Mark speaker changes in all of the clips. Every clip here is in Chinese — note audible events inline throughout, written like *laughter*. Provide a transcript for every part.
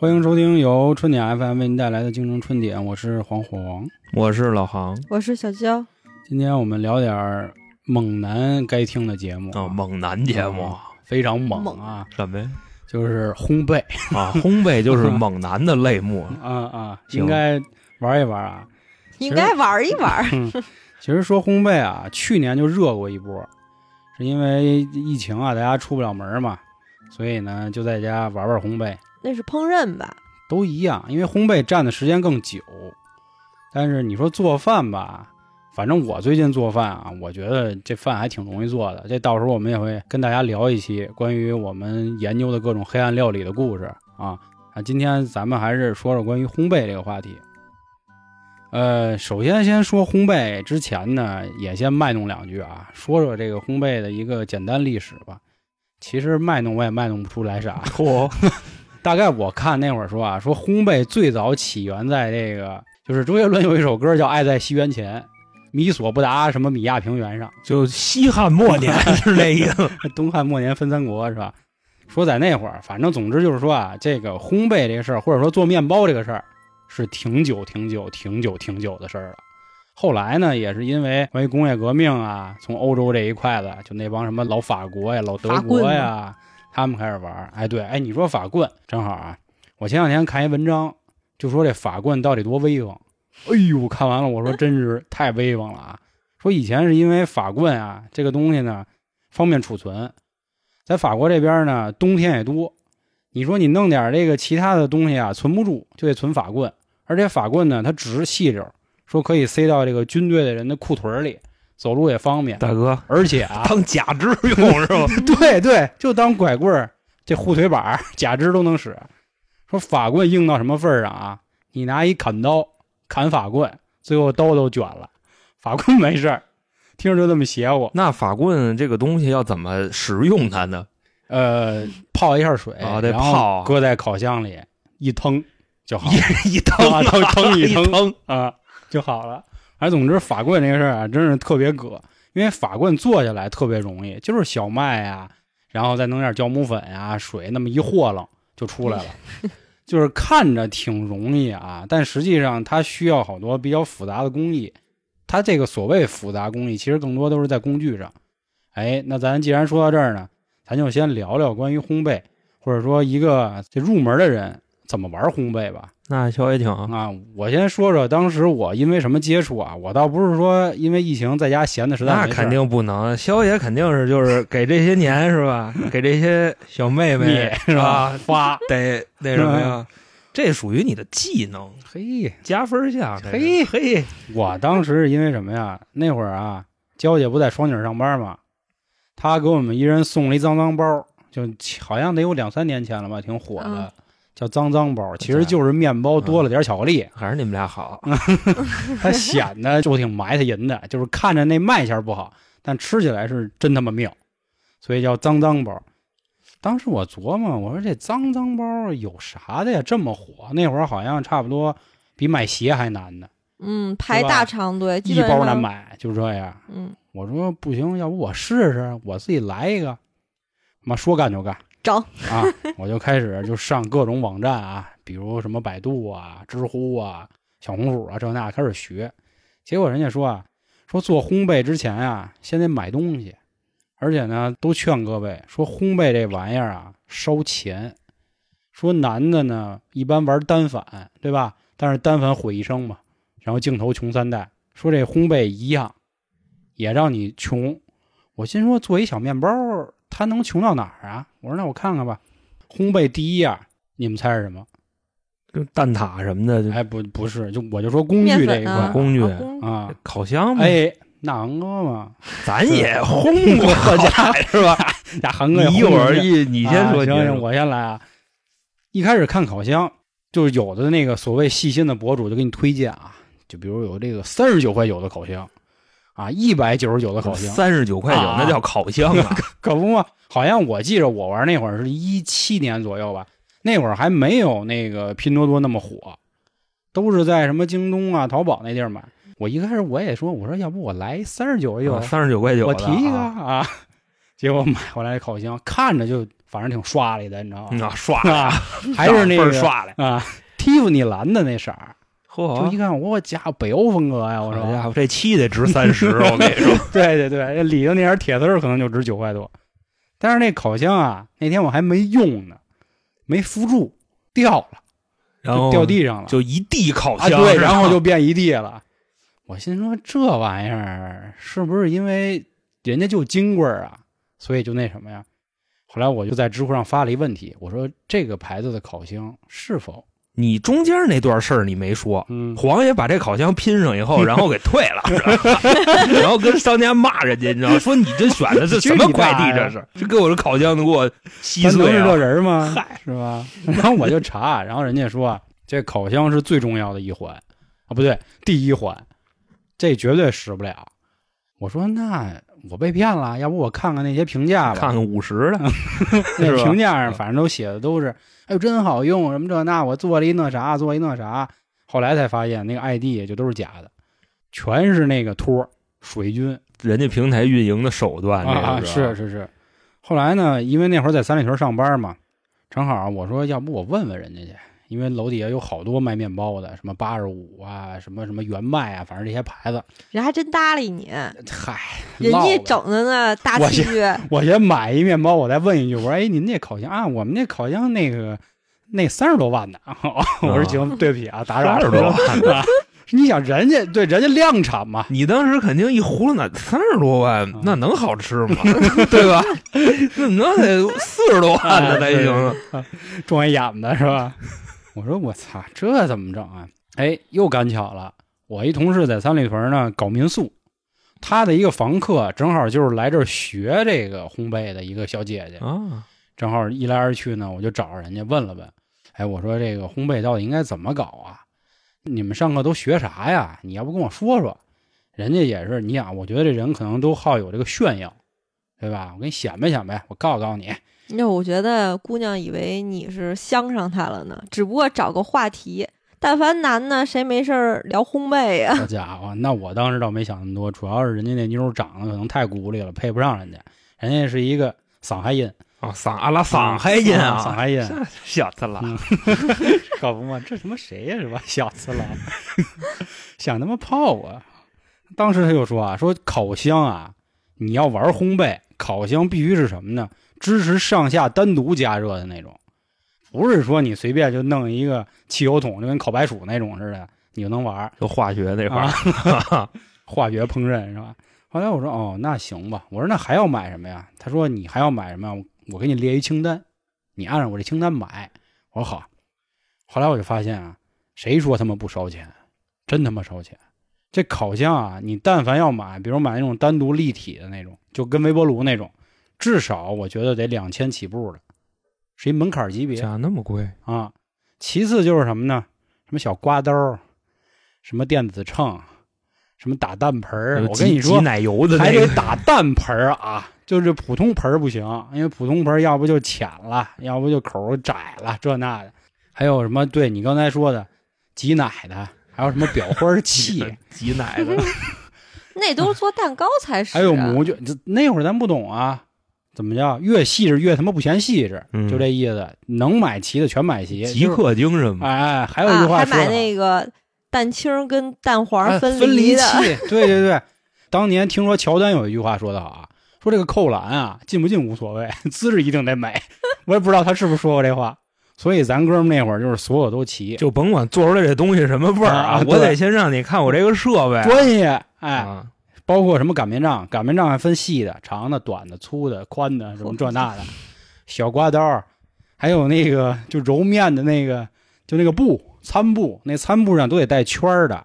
Speaker 1: 欢迎收听由春点 FM 为您带来的《京城春点》，我是黄火王。
Speaker 2: 我是老航
Speaker 3: 我是小娇，
Speaker 1: 今天我们聊点儿猛男该听的节目
Speaker 2: 啊，猛男节目
Speaker 1: 非常猛啊，
Speaker 2: 什么呀？
Speaker 1: 就是烘
Speaker 2: *laughs*
Speaker 1: 焙
Speaker 2: 啊，烘焙就是猛男的类 *laughs* 目
Speaker 1: 啊啊，
Speaker 2: 行
Speaker 1: 应该玩一玩啊。
Speaker 3: 应该玩一玩。
Speaker 1: 其实说烘焙啊，去年就热过一波，是因为疫情啊，大家出不了门嘛，所以呢就在家玩玩烘焙，
Speaker 3: *laughs* 那是烹饪吧？
Speaker 1: 都一样，因为烘焙占的时间更久。但是你说做饭吧，反正我最近做饭啊，我觉得这饭还挺容易做的。这到时候我们也会跟大家聊一期关于我们研究的各种黑暗料理的故事啊啊！今天咱们还是说说关于烘焙这个话题。呃，首先先说烘焙之前呢，也先卖弄两句啊，说说这个烘焙的一个简单历史吧。其实卖弄我也卖弄不出来啥，
Speaker 2: 嚯，
Speaker 1: 大概我看那会儿说啊，说烘焙最早起源在这个，就是周杰伦有一首歌叫《爱在西元前》，米索不达什么米亚平原上，
Speaker 2: 就西汉末年是那意思。
Speaker 1: *laughs* 东汉末年分三国是吧？说在那会儿，反正总之就是说啊，这个烘焙这个事儿，或者说做面包这个事儿，是挺久、挺久、挺久、挺久的事儿了。后来呢，也是因为关于工业革命啊，从欧洲这一块子，就那帮什么老法国呀、老德
Speaker 3: 法
Speaker 1: 国
Speaker 3: 棍
Speaker 1: 呀，他们开始玩儿。哎，对，哎，你说法棍，正好啊，我前两天看一文章，就说这法棍到底多威风。哎呦，看完了，我说真是太威风了啊！说以前是因为法棍啊这个东西呢方便储存，在法国这边呢冬天也多，你说你弄点这个其他的东西啊存不住，就得存法棍，而且法棍呢它直细溜，说可以塞到这个军队的人的裤腿儿里，走路也方便，
Speaker 2: *laughs* 大哥，
Speaker 1: 而且
Speaker 2: *laughs*
Speaker 1: 啊，
Speaker 2: 当假肢用是吧？
Speaker 1: 对对，就当拐棍儿，这护腿板儿、假肢都能使。说法棍硬到什么份儿上啊？你拿一砍刀砍法棍，最后刀都卷了，法棍没事儿，听着就这么邪乎。
Speaker 2: *laughs* 那法棍这个东西要怎么使用它呢？
Speaker 1: 呃，泡一下水，
Speaker 2: 啊得
Speaker 1: 然后
Speaker 2: 泡
Speaker 1: 搁在烤箱里一腾就好了
Speaker 2: *laughs* 一一
Speaker 1: 腾啊腾
Speaker 2: *laughs*
Speaker 1: 腾一
Speaker 2: 一
Speaker 1: 腾
Speaker 2: 腾，
Speaker 1: 啊就好了。哎，总之法棍这个事儿啊，真是特别葛，因为法棍做下来特别容易，就是小麦啊，然后再弄点酵母粉啊、水，那么一和楞就出来了。就是看着挺容易啊，但实际上它需要好多比较复杂的工艺。它这个所谓复杂工艺，其实更多都是在工具上。哎，那咱既然说到这儿呢，咱就先聊聊关于烘焙，或者说一个这入门的人怎么玩烘焙吧。
Speaker 2: 那小也挺啊
Speaker 1: 啊，我先说说当时我因为什么接触啊？我倒不是说因为疫情在家闲的实在
Speaker 2: 那
Speaker 1: 没事儿
Speaker 2: 肯定不能，肖爷肯定是就是给这些年是 *laughs* 吧，给这些小妹妹
Speaker 1: 灭是吧？
Speaker 2: 啊
Speaker 1: 发
Speaker 2: 得那什么呀？这属于你的技能
Speaker 1: *laughs* 嘿，
Speaker 2: 加分项，这是
Speaker 1: 嘿
Speaker 2: 嘿，
Speaker 1: 我当时是因为什么呀？那会儿啊，娇姐不在双井上班嘛，她给我们一人送了一脏脏包，就好像得有两三年前了吧，挺火的，
Speaker 3: 嗯
Speaker 1: 叫脏脏包，其实就是面包多
Speaker 2: 嗯
Speaker 1: 了点巧克力，
Speaker 2: 还是你们俩好。
Speaker 1: 它显得就挺埋汰人的， *laughs* 就是看着那卖相不好，但吃起来是真他妈妙，所以叫脏脏包。当时我琢磨，我说这脏脏包有啥的呀？这么火，那会儿好像差不多比买鞋还难呢，
Speaker 3: 嗯，排
Speaker 1: 吧
Speaker 3: 大长队，基
Speaker 1: 一
Speaker 3: 本
Speaker 1: 包难
Speaker 3: 上。
Speaker 1: 买，就这样。
Speaker 3: 嗯，
Speaker 1: 我说不行，要不我试试，我自己来一个。妈说干就干，
Speaker 3: 整
Speaker 1: 啊！ *laughs* 我就开始就上各种网站啊，比如什么百度啊、知乎啊、小红薯啊这那，开始学。结果人家说啊，说做烘焙之前啊，先得买东西，而且呢，都劝各位说烘焙这玩意儿啊烧钱，说男的呢一般玩单反，对吧？但是单反毁一生嘛，然后镜头穷三代。说这烘焙一样，也让你穷。我心说做一小面包，它能穷到哪儿啊？我说那我看看吧。烘焙第一样，你们猜是什么？
Speaker 2: 就蛋挞什么的，就
Speaker 1: 哎，不不是，就我就说工
Speaker 3: 面
Speaker 1: 具这一
Speaker 3: 粉
Speaker 1: 块
Speaker 3: 啊，
Speaker 2: 工具
Speaker 3: 啊工具
Speaker 1: 啊，
Speaker 2: 烤箱嘛，
Speaker 1: 哎，那俺哥嘛，
Speaker 2: 咱哎也轰过
Speaker 1: *laughs*
Speaker 2: 家是吧？
Speaker 1: 那韩哥也
Speaker 2: 你一会儿
Speaker 1: 轰出去
Speaker 2: 一，你先说，
Speaker 1: 啊行
Speaker 2: 你先
Speaker 1: 行，
Speaker 2: 说
Speaker 1: 我先来啊。一开始看烤箱，就是有的那个所谓细心的博主就给你推荐啊，就比如有这个三十九块九的烤箱，啊，一百九十九的烤箱，
Speaker 2: 三十九块九，
Speaker 1: 啊
Speaker 2: 那叫烤箱啊！
Speaker 1: *laughs* 可不嘛，好像我记着我玩那会儿是一七年左右吧，那会儿还没有那个拼多多那么火，都是在什么京东啊、淘宝那地儿买。我一开始我也说，我说要不我来啊三十九一个，
Speaker 2: 啊三十九块
Speaker 1: *laughs*
Speaker 2: 九，
Speaker 1: 我提一个
Speaker 2: 啊
Speaker 1: 啊。结果买回来烤箱，看着就反正挺刷里的，你知道
Speaker 2: 嗯
Speaker 1: 吗？
Speaker 2: 啊，刷
Speaker 1: 啊，还是那
Speaker 2: 倍儿
Speaker 1: 个
Speaker 2: 刷嘞，
Speaker 1: 啊，蒂芙尼蓝的那色儿，就一
Speaker 2: 嚯！
Speaker 1: 看，我家伙北欧风格哦哎呀，我
Speaker 2: 好
Speaker 1: 说，
Speaker 2: 家伙，这漆得值
Speaker 1: *laughs*
Speaker 2: 三十，我跟你说，
Speaker 1: 对对对，里头那点铁丝儿可能就值九块多，但是那烤箱啊，那天我还没用呢，没扶住，掉了，
Speaker 2: 然
Speaker 1: 就
Speaker 2: 后
Speaker 1: 掉地上了，
Speaker 2: 就一地烤
Speaker 1: 啊
Speaker 2: 箱，
Speaker 1: 对，
Speaker 2: 是吧
Speaker 1: 然后就变一地了。我心说这玩意儿是不是因为人家就金棍儿啊，所以就那什么呀？后来我就在知乎上发了一问题，我说这个牌子的烤箱是否
Speaker 2: 你中间那段事儿你没说，
Speaker 1: 嗯
Speaker 2: 黄爷把这烤箱拼上以 *laughs* 后，然后给退了， *laughs* 然后跟商家骂人家，你知道吗，说你这选的是什么快递？这是这给我这烤箱都给我稀
Speaker 1: 咱能
Speaker 2: 碎
Speaker 1: 是这
Speaker 2: 了。
Speaker 1: 人吗？
Speaker 2: 嗨
Speaker 1: 是吧？然后我就查，然后人家说啊这烤箱是最重要的一环啊，不对，第一环，这绝对使不了。我说那我被骗了，要不我看看那些评
Speaker 2: *laughs*
Speaker 1: 价吧，
Speaker 2: 看看五十的，
Speaker 1: 那
Speaker 2: 是吧嗯
Speaker 1: 评价上反正都写的都是，哎呦真好用，什么这那，我做了一那啥，做了一那啥，后来才发现那个 ID 也就都是假的，全是那个托儿水军
Speaker 2: 人家平台运营的手段，
Speaker 1: 啊啊，
Speaker 2: 这
Speaker 1: 是
Speaker 2: 个
Speaker 1: 是是。后来呢，因为那会儿在三里屯上班嘛，正好我说要不我问问人家去，因为楼底下有好多卖面包的，什么八十五啊，什么什么原麦啊，反正这些牌子，
Speaker 3: 人还真搭
Speaker 1: *laughs*
Speaker 3: 理你，
Speaker 1: 嗨，
Speaker 3: 人
Speaker 1: 唠
Speaker 3: 家
Speaker 1: 呗
Speaker 3: 整的那大
Speaker 1: 我
Speaker 3: 器具，
Speaker 1: 我先买一面包，我再问一句，我说：“哎，您这烤箱啊，我们那烤箱那个那三十多万的。” *laughs* 我说：“行，对不起啊，打扰。”
Speaker 2: 30多
Speaker 1: 万 *laughs* 你想人家对人家量产嘛，
Speaker 2: 你当时肯定一葫芦奶三十多万
Speaker 1: 啊，
Speaker 2: 那能好吃 *laughs* 吗？对吧？那那得四十多万呢才行啊。
Speaker 1: 装一眼的是吧？ *laughs* 我说我操，这怎么整啊？哎，又赶巧了，我一同事在三里屯呢搞民宿，他的一个房客正好就是来这儿学这个烘焙的一个小姐姐，
Speaker 2: 啊，
Speaker 1: 正好一来二去呢，我就找人家问了问，哎，我说这个烘焙到底应该怎么搞啊？你们上课都学啥呀？你要不跟我说说？人家也是，你想，我觉得这人可能都好有这个炫耀，对吧？我给你显摆显摆，我告诉告诉你，
Speaker 3: *laughs* 那我觉得姑娘以为你是相上她了呢，只不过找个话题。但凡男的，谁没事儿聊烘焙
Speaker 1: *laughs*
Speaker 3: 啊呀、
Speaker 1: 好家伙，那我当时倒没想那么多，主要是人家那妞儿长得可能太骨力了，配不上人家，人家是一个嗓嗨音，
Speaker 2: 啊嗓阿拉嗓嗨劲啊，
Speaker 1: 嗓嗨音，
Speaker 2: 小子了
Speaker 1: 嗯搞不嘛，这他妈谁呀、是吧？小次郎 *laughs* 想他妈泡我。当时他就说啊，说烤箱啊，你要玩烘焙，烤箱必须是什么呢？支持上下单独加热的那种，不是说你随便就弄一个汽油桶，就跟烤白薯那种似的，你就能玩儿
Speaker 2: 就化学那块
Speaker 1: 啊
Speaker 2: 儿，
Speaker 1: 化学烹饪是吧？后来我说哦，那行吧。我说那还要买什么呀？他说你还要买什么呀？我我给你列一清单，你按照我这清单买。我说好。后来我就发现啊，谁说他妈不烧钱，真他妈烧钱。这烤箱啊，你但凡要买，比如买那种单独立体的那种，就跟微波炉那种，至少我觉得得两千起步的，是一门槛级别。
Speaker 2: 价那么贵，
Speaker 1: 啊。其次就是什么呢？什么小刮刀，什么电子秤，什么打蛋盆儿。我跟
Speaker 2: 挤
Speaker 1: 你说
Speaker 2: 挤，奶油的
Speaker 1: 还
Speaker 2: 那
Speaker 1: 得
Speaker 2: 个
Speaker 1: 打蛋盆儿啊，就是普通盆儿不行，因为普通盆儿要不就浅了，要不就口儿窄了，这那的。还有什么？对你刚才说的挤奶的，还有什么裱花儿
Speaker 2: *laughs*
Speaker 1: 器，
Speaker 2: 挤奶 *laughs* 的，
Speaker 3: 那都是做蛋糕才是、
Speaker 1: 还
Speaker 3: 啊
Speaker 1: 有模具。这那会儿咱不懂啊，怎么叫越细致越他妈不嫌细致，
Speaker 2: 嗯
Speaker 1: 就这意思。能买齐的全买齐，
Speaker 2: 极
Speaker 1: 就是
Speaker 2: 客精神嘛。
Speaker 1: 哎，哎还有一句
Speaker 3: 啊，
Speaker 1: 话
Speaker 3: 还
Speaker 1: 说的
Speaker 3: 买
Speaker 1: 好
Speaker 3: 那个蛋清跟蛋
Speaker 1: 啊
Speaker 3: 黄
Speaker 1: 分
Speaker 3: 离
Speaker 1: 器
Speaker 3: 的，，
Speaker 1: 对对对。当年听说乔丹有一句话说的好啊，说这个扣篮啊进不进无所谓， *laughs* 姿势一定得美。 *laughs* 我也不知道他是不是说过这话，所以咱哥们那会儿就是所有都齐，
Speaker 2: 就甭管做出来这东西什么味儿
Speaker 1: 啊
Speaker 2: 啊，
Speaker 1: 对
Speaker 2: 我得先让你看我这个设备
Speaker 1: 专业哎，
Speaker 2: 啊，
Speaker 1: 包括什么擀面杖，擀面杖还分细的、长的、短的、粗的、宽的，什么这那的，小刮刀，还有那个就揉面的那个，就那个布餐布，那餐布上都得带圈儿的，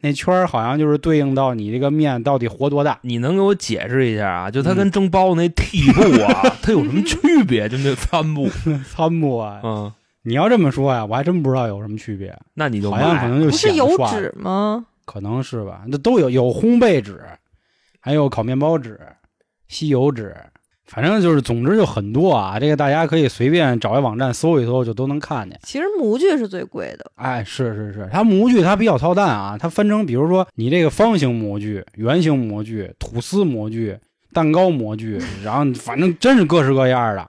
Speaker 1: 那圈儿好像就是对应到你这个面到底和多大。
Speaker 2: 你能给我解释一下啊？就它跟蒸包子那屉布啊，它有什么区别？就那餐 *laughs* 布，
Speaker 1: 餐布啊，
Speaker 2: 嗯，
Speaker 1: 你要这么说呀，我还真不知道有什么区别，
Speaker 2: 那你就
Speaker 1: 好像可
Speaker 2: 买
Speaker 1: 能就
Speaker 3: 不是
Speaker 1: 显
Speaker 3: 油
Speaker 1: 刷，
Speaker 3: 脂吗？
Speaker 1: 可能是吧？那都有，有烘焙纸，还有烤面包纸、吸油纸，反正就是，总之就很多啊。这个大家可以随便找一网站搜一搜，就都能看见。
Speaker 3: 其实模具是最贵的，
Speaker 1: 哎，是是是，它模具它比较操蛋啊，它分成比如说你这个方形模具、圆形模
Speaker 2: *laughs*
Speaker 1: 具、吐司模具、蛋糕模具，然后反正真是各式各样的。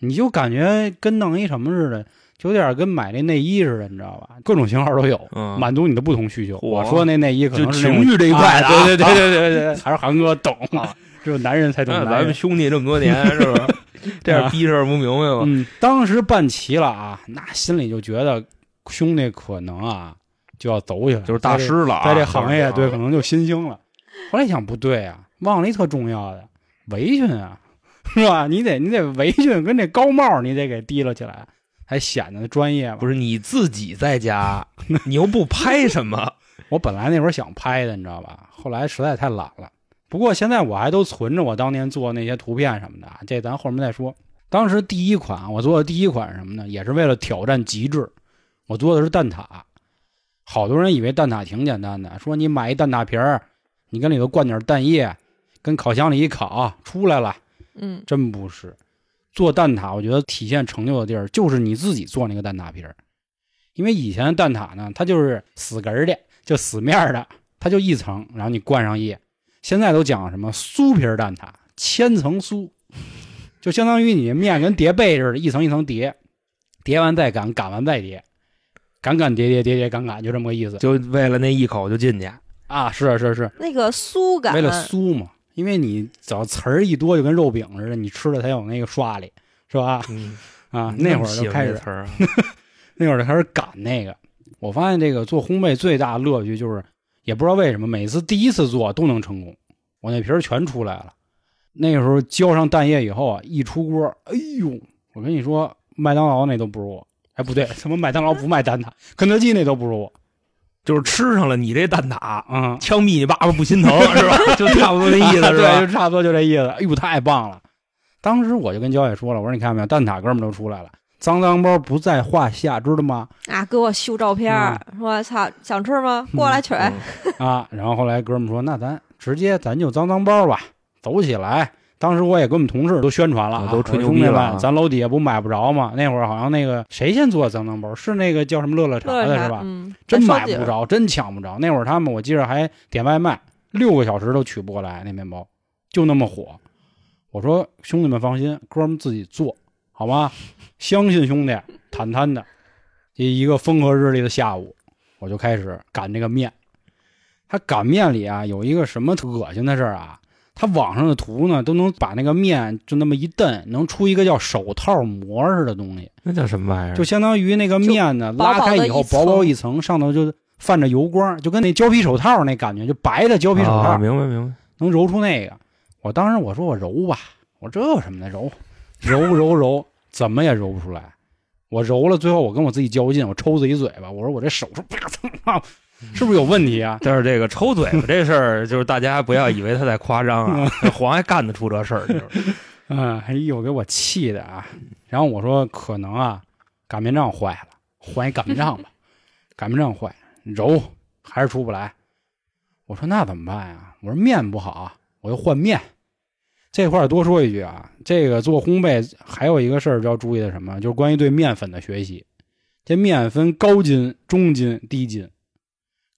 Speaker 1: 你就感觉跟弄一什么似的，就有点跟买那内衣似的，你知道吧？各种型号都有，
Speaker 2: 嗯
Speaker 1: 满足你的不同需求。
Speaker 2: 嚯
Speaker 1: 我说那内衣可能
Speaker 2: 就是
Speaker 1: 那种
Speaker 2: 情欲这一块的啊
Speaker 1: 啊对对对对对
Speaker 2: *laughs*
Speaker 1: 对，还是韩哥懂
Speaker 2: 啊，
Speaker 1: 只有男人才懂
Speaker 2: 那
Speaker 1: 男
Speaker 2: 咱们
Speaker 1: 人。
Speaker 2: 兄弟这么多年，是
Speaker 1: *laughs*
Speaker 2: 不是？这样逼事儿不明白吗？
Speaker 1: 啊嗯，当时办齐了啊，那心里就觉得兄弟可能啊就要走起来，
Speaker 2: 就是大
Speaker 1: 在这
Speaker 2: 师了啊，
Speaker 1: 在这行业，
Speaker 2: 就
Speaker 1: 对，
Speaker 2: 是啊
Speaker 1: 可能就新兴了。后来一想，不对啊，忘了一特重要的围裙啊，是吧？你得你得围裙跟这高帽，你得给提了起来，才显得专业嘛。
Speaker 2: 不是你自己
Speaker 1: *laughs*
Speaker 2: 在家，你又不拍什么，
Speaker 1: 我本来那会儿想拍的，你知道吧？后来实在太懒了。不过现在我还都存着我当年做那些图片什么的啊，这咱后面再说。当时第一款我做的第一款是什么呢？也是为了挑战极致，我做的是蛋挞。好多人以为蛋挞挺简单的，说你买一蛋挞皮儿，你跟里头灌点蛋液，跟烤箱里一烤，出来了。
Speaker 3: 嗯
Speaker 1: 真不是，做蛋挞，我觉得体现成就的地儿就是你自己做那个蛋挞皮儿，因为以前的蛋挞呢，它就是死根儿的，就死面儿的，它就一层，然后你灌上液。现在都讲什么酥皮儿蛋挞，千层酥，就相当于你面跟叠被似的，一层一层叠，叠完再擀，擀完再叠，擀擀叠叠叠叠擀擀，就这么个意思
Speaker 2: 就为了那一口就进去。
Speaker 1: 啊！是是是，
Speaker 3: 那个酥感，
Speaker 1: 为了酥嘛，因为你只要词儿一多，就跟肉饼似的，你吃了才有那个刷里，是吧？
Speaker 2: 嗯，
Speaker 1: 啊，那会儿就开
Speaker 2: 你这么喜欢这
Speaker 1: 始，
Speaker 2: 词儿啊，
Speaker 1: 那会儿就开始擀那个。我发现这个做烘焙最大的乐趣就是，也不知道为什么，每次第一次做都能成功，我那皮儿全出来了。那个时候浇上蛋液以后啊，一出锅，哎呦，我跟你说，麦当劳那都不如我，哎，不对，什么麦当劳不卖蛋挞，肯德基那都不如我
Speaker 2: 就是吃上了你这蛋挞， *laughs*
Speaker 1: 啊。
Speaker 2: 枪毙你爸爸不
Speaker 1: *laughs*
Speaker 2: 心疼是吧？就差不多那意思是
Speaker 1: 对，
Speaker 2: 吧？
Speaker 1: 就差不多就这意思。哎呦，太棒了！当时我就跟焦姐说了，我说你看没有，蛋挞哥们儿都出来了，脏脏包不在话下，知道吗？
Speaker 3: 啊，给我秀照片儿，
Speaker 1: 嗯
Speaker 3: 说操，想吃吗？过来取。
Speaker 2: 嗯 *laughs*
Speaker 1: 啊，然后后来哥们说，那咱直接咱就脏脏包吧，走起来。当时我也跟我们同事都宣传了、啊，
Speaker 2: 啊都吹牛
Speaker 1: 我说兄弟
Speaker 2: 逼了啊
Speaker 1: 们，咱楼底下不买不着吗？那会儿好像那个谁先做脏脏包，是那个叫什么乐乐茶
Speaker 3: 乐
Speaker 1: 的
Speaker 3: 乐
Speaker 1: 是
Speaker 3: 啥
Speaker 1: 吧？
Speaker 3: 嗯，
Speaker 1: 真
Speaker 3: 咱
Speaker 1: 买
Speaker 3: 收集
Speaker 1: 不
Speaker 3: 了。
Speaker 1: 着，真抢不着。那会儿他们我记着还点外卖，六个小时都取不过来那面包，就那么火。我说兄弟们放心，哥们自己做好吗？相信兄弟，坦坦的。这一个风和日丽的下午，我就开始擀这个面。他擀面里啊有一个什么恶心的事儿啊，他网上的图呢都能把那个面就那么一蹬，能出一个叫手套膜似的东西。
Speaker 2: 那叫什么玩意儿？
Speaker 1: 就相当于那个面呢
Speaker 3: 薄薄
Speaker 1: 拉
Speaker 3: 的
Speaker 1: 开以后
Speaker 3: 一层
Speaker 1: 薄薄一层，上头就泛着油光，就跟那胶皮手套那感觉，就白的胶皮手套，
Speaker 2: 啊明白明白。
Speaker 1: 能揉出那个。我当时我说我揉吧，我这有什么的揉，揉揉揉， *laughs* 怎么也揉不出来。我揉了，最后我跟我自己较劲，我抽自己嘴巴，我说我这手是不是是不是有问题啊？
Speaker 2: 但是这个抽嘴巴这事儿，就是大家不要以为他在夸张啊， *laughs* 黄还干得出这事儿，就是
Speaker 1: 嗯，哎呦，给我气的啊！然后我说可能啊，擀面杖坏了，换一擀面杖吧。擀面杖坏，揉还是出不来。我说那怎么办呀？我说面不好，我又换面。这块儿多说一句啊，这个做烘焙还有一个事儿就要注意的什么，就是关于对面粉的学习。这面分高筋、中筋、低筋。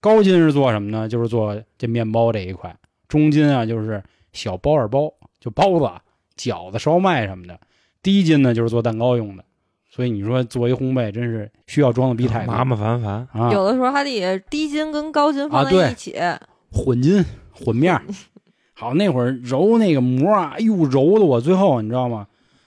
Speaker 1: 高筋是做什么呢？就是做这面包这一块。中筋啊，就是小包二包，就包子啊。饺子、烧麦什么的。低筋呢就是做蛋糕用的，所以你说做一烘焙真是需要装的 *laughs* 逼太多
Speaker 2: 麻麻烦烦。
Speaker 1: 啊，
Speaker 3: 有的时候还得低筋跟高筋
Speaker 1: 啊
Speaker 3: 放
Speaker 1: 对
Speaker 3: 在一起，
Speaker 1: 混筋混面
Speaker 2: *laughs*
Speaker 1: 儿。好，那会儿揉那个膜啊，哎呦，揉的我最后你知道吗？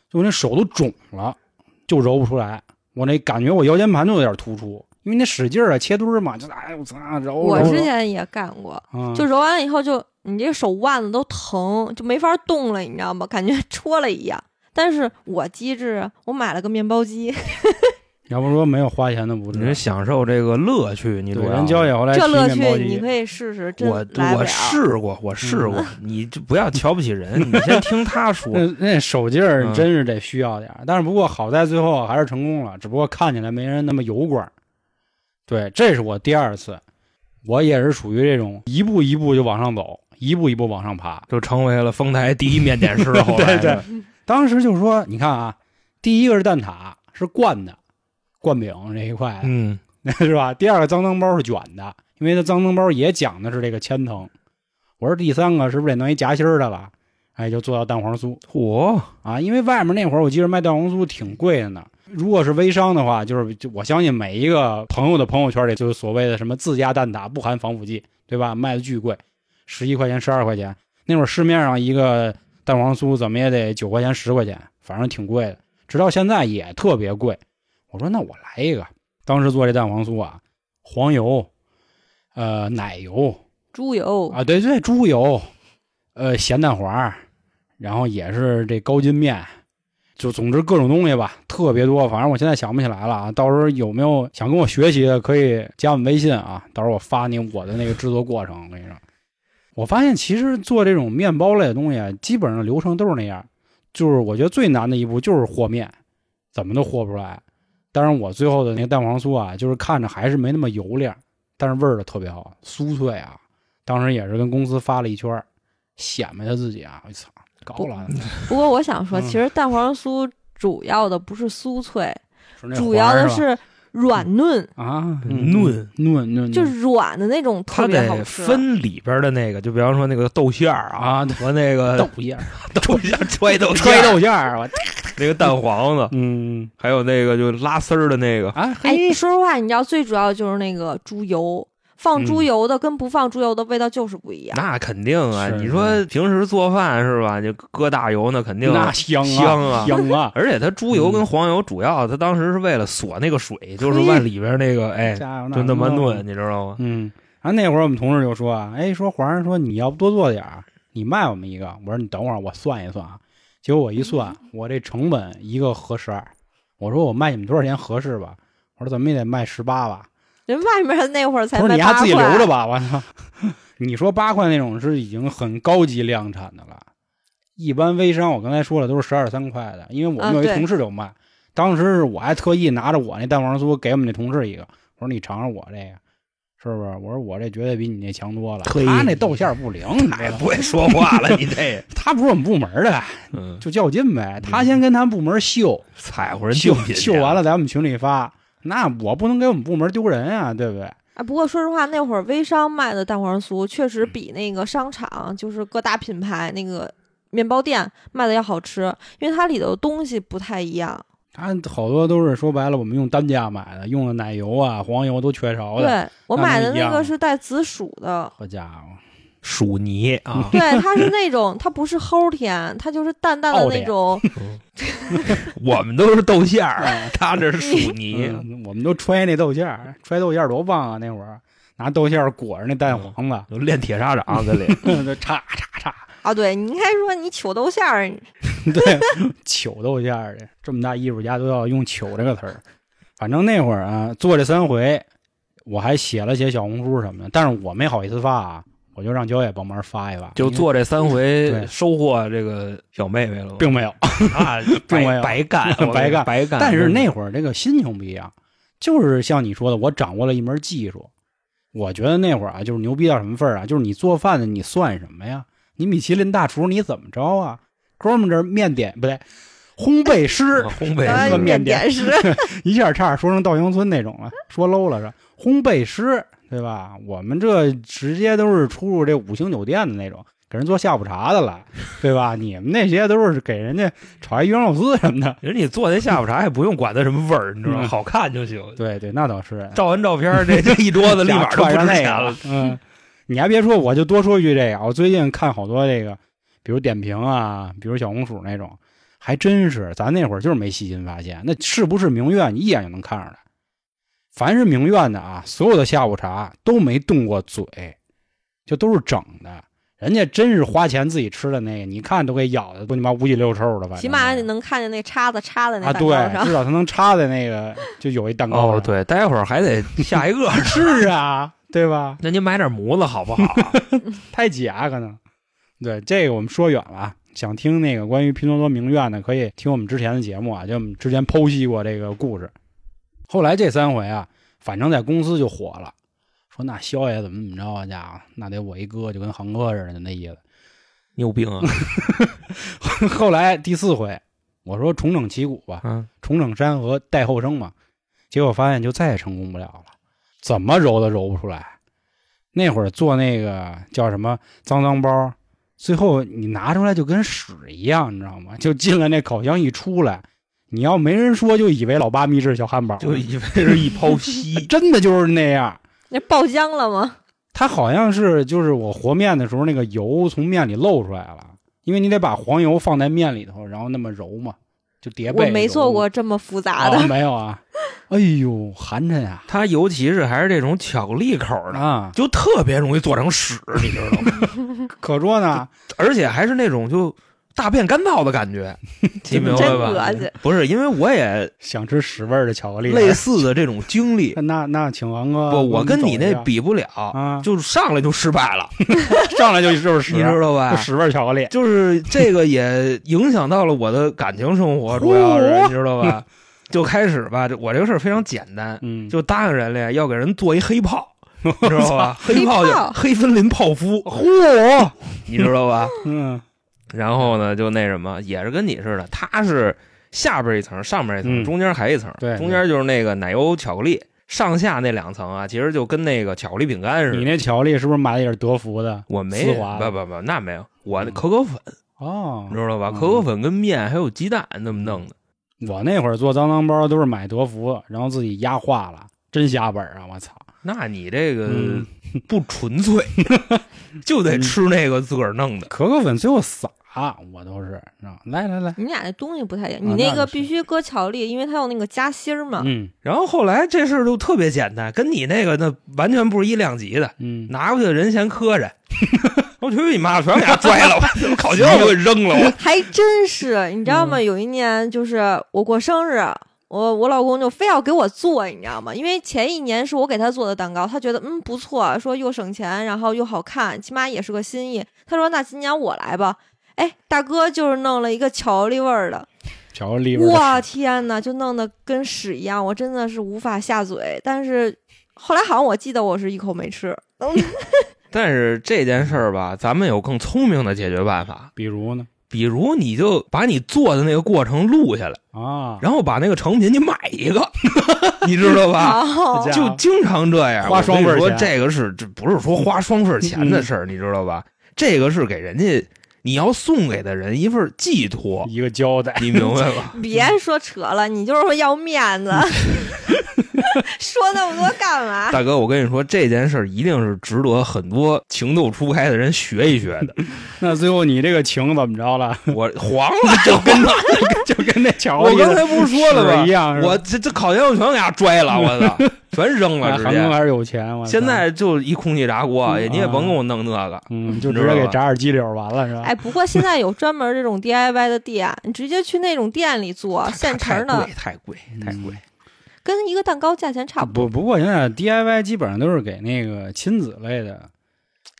Speaker 1: 就我那手都肿了，就揉不出来。我那感觉我腰间盘都有点突出，因为那使劲儿啊，切墩儿嘛，就哎呦，咋揉？
Speaker 3: 我
Speaker 1: 揉
Speaker 3: 之
Speaker 1: 揉
Speaker 3: 前也干过，
Speaker 1: 啊
Speaker 3: 就揉完了以后就你这手腕子都疼，就没法动了，你知道吗？感觉 *laughs* 戳了一样。但是我机智啊，我买了个面包机，
Speaker 1: 要不说没有花钱的不
Speaker 2: 你
Speaker 1: 值。
Speaker 2: 是享受这个乐趣，你
Speaker 1: 对，
Speaker 2: 主要
Speaker 1: 人交易后来
Speaker 3: 这
Speaker 1: 提
Speaker 3: 乐
Speaker 1: 哎面
Speaker 3: 趣
Speaker 1: 包机
Speaker 3: 你可以试试，真
Speaker 2: 我
Speaker 3: 来不
Speaker 2: 我
Speaker 3: 了。
Speaker 2: 试过，我试过，
Speaker 1: 嗯
Speaker 2: 你就不要瞧不
Speaker 1: *laughs*
Speaker 2: 起人，你先听他说。
Speaker 1: 那那手劲儿
Speaker 2: 嗯
Speaker 1: 真是得需要点儿，但是不过好在最后还是成功了，只不过看起来没人那么油光儿。对，这是我第二次，我也是属于这种一步一步就往上走，一步一步往上爬。
Speaker 2: 就成为了丰台第一面点师。后
Speaker 1: *laughs*
Speaker 2: 来
Speaker 1: 对对，当时就说，你看啊，第一个是蛋挞，是灌的，灌饼这一块的，
Speaker 2: 嗯，
Speaker 1: *laughs* 是吧？第二个脏脏包是卷的，因为它脏脏包也讲的是这个千层。我说第三个是不是得弄一夹心儿的了？哎，就做到蛋黄酥
Speaker 2: 嚯，
Speaker 1: 啊。因为外面那会儿我记得卖蛋黄酥挺贵的呢，如果是微商的话，就是就我相信每一个朋友的朋友圈里，就是所谓的什么自家蛋挞不含防腐剂，对吧？卖的巨贵，十一块钱、十二块钱。那会儿市面上一个蛋黄酥怎么也得九块钱、十块钱，反正挺贵的。直到现在也特别贵。我说那我来一个。当时做这蛋黄酥啊，黄油，呃，奶油
Speaker 3: 猪油
Speaker 1: 啊，对对，猪油，呃，咸蛋黄，然后也是这高筋面，就总之各种东西吧，特别多。反正我现在想不起来了啊，到时候有没有想跟我学习的，可以加我们微信啊，到时候我发你我的那个制作过程。我跟你说，我发现其实做这种面包类的东西啊，基本上流程都是那样，就是我觉得最难的一步就是和面，怎么都和不出来。当然，我最后的那个蛋黄酥啊，就是看着还是没那么油亮，但是味儿的特别好，酥脆啊。当时也是跟公司发了一圈儿，显摆一下自己啊，我操，高了，
Speaker 3: 不过我想说，
Speaker 1: 嗯
Speaker 3: 其实蛋黄酥主要的不是酥脆，
Speaker 1: 是那
Speaker 3: *laughs* 主
Speaker 1: 黄
Speaker 3: 要
Speaker 1: 儿
Speaker 3: 的
Speaker 1: 吧
Speaker 3: 是软嫩，
Speaker 1: 啊，嗯
Speaker 2: 嫩。
Speaker 1: 嫩嫩，
Speaker 3: 就
Speaker 1: 嫩
Speaker 3: 是软的那种
Speaker 2: 它
Speaker 3: 特别好
Speaker 2: 得
Speaker 3: 吃。
Speaker 2: 分里边的那个，就比方说那个豆馅儿啊
Speaker 1: 啊，
Speaker 2: *laughs*
Speaker 1: 对
Speaker 2: 和那个
Speaker 1: 豆馅儿，
Speaker 2: 豆馅 *laughs* 儿揣豆馅
Speaker 1: 揣
Speaker 2: 儿，
Speaker 1: 豆馅儿，我
Speaker 2: 那个蛋黄子，
Speaker 1: 嗯
Speaker 2: 还有那个就拉丝儿的那个，
Speaker 1: 啊，
Speaker 3: 哎，
Speaker 1: 嘿，
Speaker 3: 说实话，你知道最主要就是那个猪油，放
Speaker 1: 嗯
Speaker 3: 猪油的跟不放猪油的味道就是不一样。
Speaker 2: 那肯定啊！
Speaker 1: 是
Speaker 2: 你说平时做饭是吧？就搁大油那肯定
Speaker 1: 那香
Speaker 2: 香啊
Speaker 1: 香
Speaker 2: *laughs*
Speaker 1: 啊，
Speaker 2: 而且它猪油跟黄油主要，它当时是为了锁那个
Speaker 1: 哎
Speaker 2: 水，就是往里边那个，哎，
Speaker 1: 家伙
Speaker 2: 就那么
Speaker 1: 弄
Speaker 2: 炖，你知道
Speaker 1: *laughs*
Speaker 2: 吗？
Speaker 1: 嗯，然后那会儿我们同事就说啊，哎，说皇上说你要不多做点儿，你卖我们一个。我说你等会儿我算一算啊。结果我一算，我这成本一个合十二，我说我卖你们多少钱合适吧？我说怎么也得卖十八吧。
Speaker 3: 人外面那会儿才
Speaker 1: 我说
Speaker 3: 卖
Speaker 1: 你
Speaker 3: 八
Speaker 1: 丫
Speaker 3: 块，
Speaker 1: 自己留着吧，我操！ *laughs* 你说八块那种是已经很高级量产的了，一般微商我刚才说了都是十二三块的，因为我们
Speaker 3: 啊
Speaker 1: 有一
Speaker 3: 对
Speaker 1: 同事就卖，当时是我还特意拿着我那蛋黄酥给我们那同事一个，我说你尝尝我这个。是不是？我说我这绝对比你那强多了。
Speaker 2: 嘿
Speaker 1: 他那豆馅儿不灵，你知道
Speaker 2: 哎，
Speaker 1: 吗
Speaker 2: 不会说话
Speaker 1: *laughs*
Speaker 2: 了，你这，
Speaker 1: 他不是我们部门的，
Speaker 2: 嗯，
Speaker 1: 就较劲呗。他先跟他们部门秀，
Speaker 2: 踩乎人
Speaker 1: 秀
Speaker 2: 竞品去啊
Speaker 1: 秀完，了，在我们群里发。那我不能给我们部门丢人啊，对不对？
Speaker 3: 啊，不过说实话，那会儿微商卖的蛋黄酥确
Speaker 1: 嗯
Speaker 3: 实比那个商场，就是各大品牌那个面包店卖的要好吃，因为它里头东西不太一样。
Speaker 1: 他好多都是说白了，我们用单价买的，用的奶油啊、黄油都缺少的。
Speaker 3: 对我
Speaker 1: 那
Speaker 3: 买
Speaker 1: 不
Speaker 3: 的
Speaker 1: 一
Speaker 3: 那
Speaker 1: 样，
Speaker 3: 个是带紫薯的
Speaker 1: 好家伙，
Speaker 2: 薯泥
Speaker 1: *laughs*
Speaker 2: 啊，
Speaker 3: 对，它是那种它不是齁甜，它就是淡淡的
Speaker 1: 奥的
Speaker 3: 那
Speaker 1: 呀 *laughs*
Speaker 3: 种
Speaker 2: 我们都是豆馅儿，他这是薯泥，
Speaker 1: 哎嗯我们都揣那豆馅儿，揣豆馅儿多棒啊！那会儿拿豆馅儿裹着那蛋黄
Speaker 2: *laughs*
Speaker 1: 子，
Speaker 2: 就练铁砂
Speaker 1: 嗯
Speaker 2: 掌在里，
Speaker 1: *laughs* 就叉叉叉，
Speaker 3: 啊。对你应该说你糗豆馅儿，
Speaker 1: 对， *laughs* 糗豆馅儿的，这么大艺术家都要用“糗”这个词儿。反正那会儿啊，做这三回，我还写了写小红书什么的，但是我没好意思发啊，我就让焦野帮忙发一发，
Speaker 2: 就做这三回
Speaker 1: 对
Speaker 2: 收获这个小妹妹了吗？
Speaker 1: 并没有。
Speaker 2: *laughs* 啊，
Speaker 1: 并没
Speaker 2: 白
Speaker 1: 有，
Speaker 2: 白干
Speaker 1: *laughs* 白干
Speaker 2: 白干。
Speaker 1: 但是那会儿这个心情不一样，就是像你说的，我掌握了一门技术。我觉得那会儿啊，就是牛逼到什么份儿啊，就是你做饭的你算什么呀？你米其林大厨你怎么着啊？哥们儿这面点不对，烘焙 *laughs* 师
Speaker 2: 啊烘焙
Speaker 1: 当
Speaker 3: 然
Speaker 1: 然
Speaker 2: 是
Speaker 1: 个面点
Speaker 3: 点 *laughs* 师
Speaker 1: 一下差点说成稻香村那种了，说 low 了是烘焙师对吧？我们这直接都是出入这五星酒店的那种，给人做下午茶的了，对吧？你们那些都是给人家炒一鱼香肉丝什么的， *laughs*
Speaker 2: 人家你做那下午茶也不用管它什么味儿，你知道吗？
Speaker 1: 嗯
Speaker 2: 好看就行。
Speaker 1: 对对，那倒是。
Speaker 2: 照完照片
Speaker 1: *laughs*
Speaker 2: 儿，这这一桌子立马就不
Speaker 1: 串
Speaker 2: 值
Speaker 1: 上那
Speaker 2: 钱
Speaker 1: 个
Speaker 2: 了。。
Speaker 1: 嗯，你还别说，我就多说一句这个，我最近看好多这个，比如点评啊，比如小红薯那种，还真是咱那会儿就是没细心发现，那是不是名苑，你一眼就能看出来。凡是名苑的啊，所有的下午茶都没动过嘴，就都是整的。人家真是花钱自己吃的那个，你看都给咬的都你妈五脊六抽的，反正
Speaker 3: 起码你能看见那叉子插在那
Speaker 1: 啊，
Speaker 3: 蛋糕
Speaker 1: 对，
Speaker 3: 上。
Speaker 1: 至少它能插在那个，就有一蛋糕。
Speaker 2: 哦，，对，待会儿还得下一个。
Speaker 1: *laughs* 是啊，对吧？
Speaker 2: *laughs* 那您买点模子好不好？ *laughs*
Speaker 1: 太假可能。对，这个我们说远了啊。想听那个关于拼多多名苑的，可以听我们之前的节目啊，就我们之前剖析过这个故事。后来这三回啊，反正在公司就火了，说那肖爷怎么怎么着啊，家伙，那得我一哥就跟航哥似的那意思。 *laughs*
Speaker 2: 你有 *laughs* 病啊！
Speaker 1: 后来第四回，我说重整旗鼓吧，
Speaker 2: 嗯，
Speaker 1: 重整山河待后生嘛，结果发现就再也成功不了了，怎么揉都揉不出来。那会儿做那个叫什么脏脏包，最后你拿出来就跟屎一样，你知道吗？就进了那烤箱一出来，你要没人说，就以为老八秘制小汉堡，，
Speaker 2: 就以为是一泡稀
Speaker 1: 真的就是那样。
Speaker 3: 那爆浆了吗？
Speaker 1: 它好像是就是我和面的时候，那个油从面里漏出来了，因为你得把黄油放在面里头，然后那么揉嘛，就叠
Speaker 3: 我
Speaker 1: 被。
Speaker 3: 没做过这么复杂的，
Speaker 1: 哦，没有啊。哎呦，寒碜呀、
Speaker 2: *laughs* 它尤其是还是这种巧克力口的，
Speaker 1: 啊！
Speaker 2: 就特别容易做成屎，你知道吗？
Speaker 1: 可说呢，
Speaker 2: 而且还是那种就大便干燥的感
Speaker 3: *laughs*
Speaker 2: 觉，你明白
Speaker 3: 真恶
Speaker 2: 吧？
Speaker 3: 心。
Speaker 2: 不是，因为我也
Speaker 1: 想吃屎味儿的巧克力，啊
Speaker 2: 类似的这种经历，
Speaker 1: *laughs* 那那请王哥，
Speaker 2: 不，我跟你
Speaker 1: 走一
Speaker 2: 那
Speaker 1: 下
Speaker 2: 比不了，
Speaker 1: 啊，
Speaker 2: 就上来就失败了，
Speaker 1: 上来就就是屎，
Speaker 2: 你知道吧
Speaker 1: 就？屎味儿巧克力。
Speaker 2: 就是这个也影响到了我的感情生活，主要是
Speaker 1: 嚯
Speaker 2: 你知道吧？就开始吧，这我这个事儿非常简单，
Speaker 1: 嗯，
Speaker 2: 就答应人家要给人做一
Speaker 1: *laughs*
Speaker 2: 黑炮，你知道吧？黑炮
Speaker 3: 黑
Speaker 2: 就
Speaker 3: 炮
Speaker 2: 黑森林泡芙，
Speaker 1: 嚯，
Speaker 2: 你知道吧？
Speaker 1: *laughs* 嗯
Speaker 2: 然后呢，就那什么，也是跟你似的，它是下边一层，上面一层，
Speaker 1: 嗯
Speaker 2: 中间还一层，
Speaker 1: 对
Speaker 2: 中间就是那个奶油巧克力，上下那两层啊，其实就跟那个巧克力饼干似
Speaker 1: 你
Speaker 2: 的。
Speaker 1: 那巧克力是不是买的也是德芙的？
Speaker 2: 我没
Speaker 1: 丝滑
Speaker 2: 不不不，那没有，我那
Speaker 1: 嗯
Speaker 2: 可可粉，
Speaker 1: 哦
Speaker 2: 你，知道吧？
Speaker 1: 嗯
Speaker 2: 可可粉跟面还有鸡蛋那么弄的，
Speaker 1: 我那会儿做脏脏包都是买德芙，然后自己压化了，真下本儿啊！我操，
Speaker 2: 那你这个
Speaker 1: 嗯
Speaker 2: *laughs* 不纯
Speaker 1: *laughs*
Speaker 2: 粹，就得吃那个自个儿弄的。
Speaker 1: 可可粉最后撒，我都是，啊来来来，
Speaker 3: 你们俩那东西不太一样，
Speaker 1: 啊
Speaker 3: 你那
Speaker 1: 那
Speaker 3: 个
Speaker 1: 是
Speaker 3: 必须搁巧克力，因为它有那个夹心儿嘛。
Speaker 1: 嗯
Speaker 2: 然后后来这事儿就特别简单，跟你那个那完全不是一量级的，
Speaker 1: 嗯，
Speaker 2: 拿过去人嫌磕碜， *laughs* 我去你妈，全给他拽了，我烤箱我给扔了，
Speaker 1: *laughs*
Speaker 2: 我
Speaker 3: 还真是，你知道
Speaker 1: 嗯
Speaker 3: 吗？有一年就是我过生日，我我老公就非要给我做，你知道吗？因为前一年是我给他做的蛋糕，他觉得嗯不错，说又省钱，然后又好看，起码也是个心意。他说那今年我来吧。哎，大哥就是弄了一个巧克力味儿的，
Speaker 1: 巧克力味儿的
Speaker 3: 哇天呐，就弄得跟屎一样，我真的是无法下嘴。但是后来好像我记得我是一口没
Speaker 1: *laughs*
Speaker 3: 吃，
Speaker 2: *laughs* 但是这件事儿吧，咱们有更聪明的解决办法，
Speaker 1: 比如呢
Speaker 2: 比如你就把你做的那个过程录下来，
Speaker 1: 啊，
Speaker 2: 然后把那个成品你买一个， *laughs* 你知道吧？
Speaker 3: *laughs* 哦
Speaker 1: 这，家
Speaker 2: 就经常这样，
Speaker 1: 花双份儿
Speaker 2: 我跟你说
Speaker 1: 钱
Speaker 2: 这个是这不是说花双份儿钱的事儿，你知道吧？这个是给人家你要送给的人一份寄托，
Speaker 1: 一个胶带，
Speaker 2: 你明白吧？
Speaker 3: 别说扯了，你就是说要面子， *laughs* 说那么多干
Speaker 2: *laughs*
Speaker 3: 嘛？
Speaker 2: 大哥，我跟你说，这件事儿一定是值得很多情窦初开的人学一学
Speaker 1: *laughs*
Speaker 2: 的。
Speaker 1: 那最后你这个情怎么着了？ *laughs*
Speaker 2: 我黄了就跟他，
Speaker 1: 就跟那巧克
Speaker 2: 我
Speaker 1: 力
Speaker 2: 刚才不是说了
Speaker 1: 屎一
Speaker 2: 吗？
Speaker 1: 样，是吧
Speaker 2: 我这这烤箱我全给他拽了，我操，全扔了
Speaker 1: 哎
Speaker 2: 直
Speaker 1: 韩工
Speaker 2: 接。
Speaker 1: 还是有钱， *laughs* 我操
Speaker 2: 现在就一空气炸锅，哎你也甭跟我弄那
Speaker 3: 啊
Speaker 2: 个。
Speaker 1: 嗯，就直接给炸点鸡柳完了是吧？
Speaker 3: 哎，不过现在有专门这种 DIY 的店，你直接去那种店里做现
Speaker 2: 太
Speaker 3: 成的
Speaker 2: 贵，，哎太贵，太贵。
Speaker 1: 嗯
Speaker 3: 跟一个蛋糕价钱差不多。
Speaker 1: 不不过现在 DIY 基本上都是给那个亲子类的，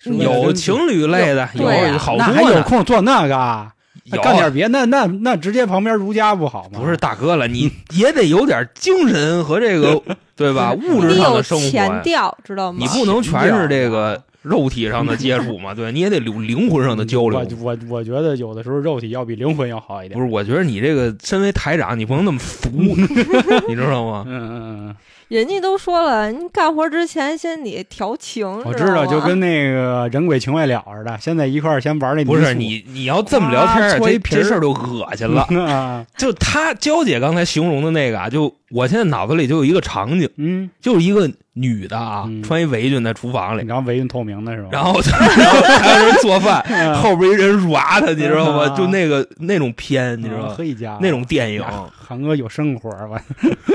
Speaker 1: 是为了
Speaker 2: 有
Speaker 1: 跟
Speaker 2: 情侣类的，
Speaker 3: 对啊
Speaker 2: 有好
Speaker 1: 那还
Speaker 2: 多
Speaker 1: 有
Speaker 2: 呢。
Speaker 1: 空做那个啊？那
Speaker 2: 有
Speaker 1: 干点别那那那直接旁边如家不好吗？
Speaker 2: 不是大哥了，你也得有点精神和
Speaker 1: *laughs*
Speaker 2: 这个对吧？物质
Speaker 3: 你
Speaker 2: 上
Speaker 3: 有
Speaker 2: 的生活
Speaker 3: 前
Speaker 2: 呀，
Speaker 3: 调，知道
Speaker 2: 你
Speaker 3: 吗？
Speaker 2: 不能全是这
Speaker 1: 啊
Speaker 2: 个肉体上的接
Speaker 1: *laughs*
Speaker 2: 触嘛？对，你也得有灵魂上的交流
Speaker 1: 嗯我。我我觉得有的时候肉体要比灵魂要好一点。
Speaker 2: 不是，我觉得你这个身为台长，你不能那
Speaker 1: *laughs*
Speaker 2: 么俗，你知道吗？
Speaker 1: 嗯嗯嗯
Speaker 3: 人家都说了，你干活之前先得调情，
Speaker 1: 嗯，我
Speaker 3: 知
Speaker 1: 知
Speaker 3: 道
Speaker 1: 道，
Speaker 3: 吗
Speaker 1: 就跟那个人鬼情未了似的，先在一块儿先玩那
Speaker 2: 不是
Speaker 1: 泥
Speaker 2: 你，你要这么聊天
Speaker 1: 啊
Speaker 2: 儿，
Speaker 1: 搓一
Speaker 2: 这
Speaker 1: 皮儿
Speaker 2: 这事儿就恶心
Speaker 1: 塑 *laughs*
Speaker 2: 了。
Speaker 1: 啊，
Speaker 2: 就她娇姐刚才形容的那个啊，就我现在脑子里就有一个场景，
Speaker 1: 嗯，
Speaker 2: 就是一个女的啊，
Speaker 1: 嗯
Speaker 2: 穿一围裙在厨房里，
Speaker 1: 然后围裙透明的是吧？
Speaker 2: 然后然后她在那儿做饭，
Speaker 1: 嗯 *laughs*
Speaker 2: 后边一人耍她，你知道
Speaker 1: 啊
Speaker 2: 吗？就那个那种片，你知道
Speaker 1: 啊
Speaker 2: 吗？
Speaker 1: 黑嗯一家
Speaker 2: 那种电影，
Speaker 1: 韩哥有生活，我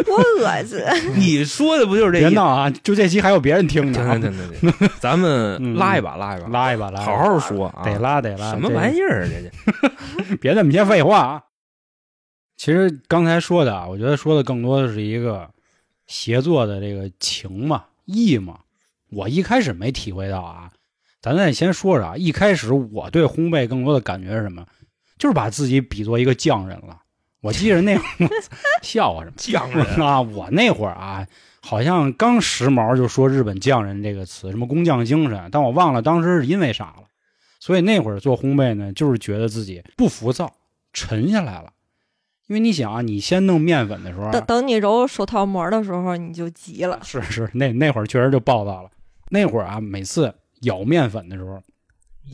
Speaker 3: 多恶心！
Speaker 2: 你说的不就是这
Speaker 1: 别
Speaker 2: 意思？
Speaker 1: 闹啊！就这期还有别人
Speaker 2: *laughs*
Speaker 1: 听呢
Speaker 2: 停
Speaker 1: 啊，
Speaker 2: 停停停停，咱们 *laughs*
Speaker 1: 嗯
Speaker 2: 拉一把拉一把，
Speaker 1: 拉一把拉一把，
Speaker 2: 好好说啊，
Speaker 1: 得拉得拉，
Speaker 2: 什么
Speaker 1: 这
Speaker 2: 玩意儿啊？ *laughs* 这家
Speaker 1: 别那么些废话啊！其实刚才说的啊，我觉得说的更多的是一个协作的这个情嘛、义嘛。我一开始没体会到啊，咱再先说说啊。一开始我对烘焙更多的感觉是什么？就是把自己比作一个匠人了。我 *laughs* 记着那会儿笑话什么
Speaker 2: 匠人
Speaker 1: 啊？我 *laughs* 那会儿啊，好像刚时髦就说日本匠人这个词，什么工匠精神，但我忘了当时是因为啥了。所以那会儿做烘焙呢，就是觉得自己不浮躁，沉下来了。因为你想啊，你先弄面粉的时候啊，
Speaker 3: 等等你揉手套膜的时候，你就急了。
Speaker 1: 是是，那那会儿确实就暴躁了。那会儿啊，每次舀面粉的时候，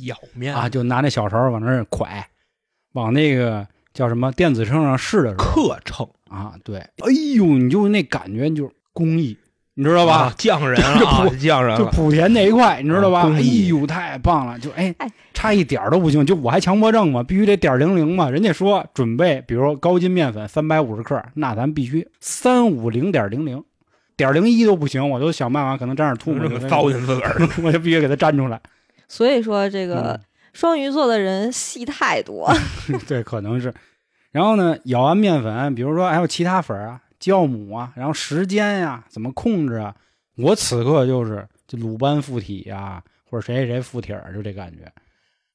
Speaker 2: 舀面
Speaker 1: 啊，就拿那小勺往那儿蒯，往那个叫什么电子秤上试的时候
Speaker 2: 客称，
Speaker 1: 啊，对，哎呦，你就那感觉就是工艺，你知道吧？
Speaker 2: 啊匠人了啊，匠人
Speaker 1: 就
Speaker 2: 了，
Speaker 1: 莆田那一块，你知道吧？
Speaker 2: 啊
Speaker 1: 哎
Speaker 2: 工艺
Speaker 1: 呦，太棒了！就哎
Speaker 3: 哎，
Speaker 1: 差一点儿都不行，就我还强迫症嘛，必须得点儿零零嘛。人家说准备，比如说高筋面粉三百五十克，那咱必须三五零点零零，点零一都不行，我都想办法可能沾点
Speaker 2: 这
Speaker 1: 吐沫
Speaker 2: 么
Speaker 1: 就给它，
Speaker 2: 糟践自个 *laughs* 儿，
Speaker 1: 我就必须给它粘出
Speaker 2: *laughs*
Speaker 1: 来。
Speaker 3: 所以说这个
Speaker 1: 嗯
Speaker 3: 双鱼座的人戏太多，，
Speaker 1: 对，可能是。然后呢，舀完面粉，比如说还有其他粉儿啊、酵母啊，然后时间呀、怎么控制啊？我此刻就是就鲁班附体呀、或者谁谁谁附体儿，就这感觉。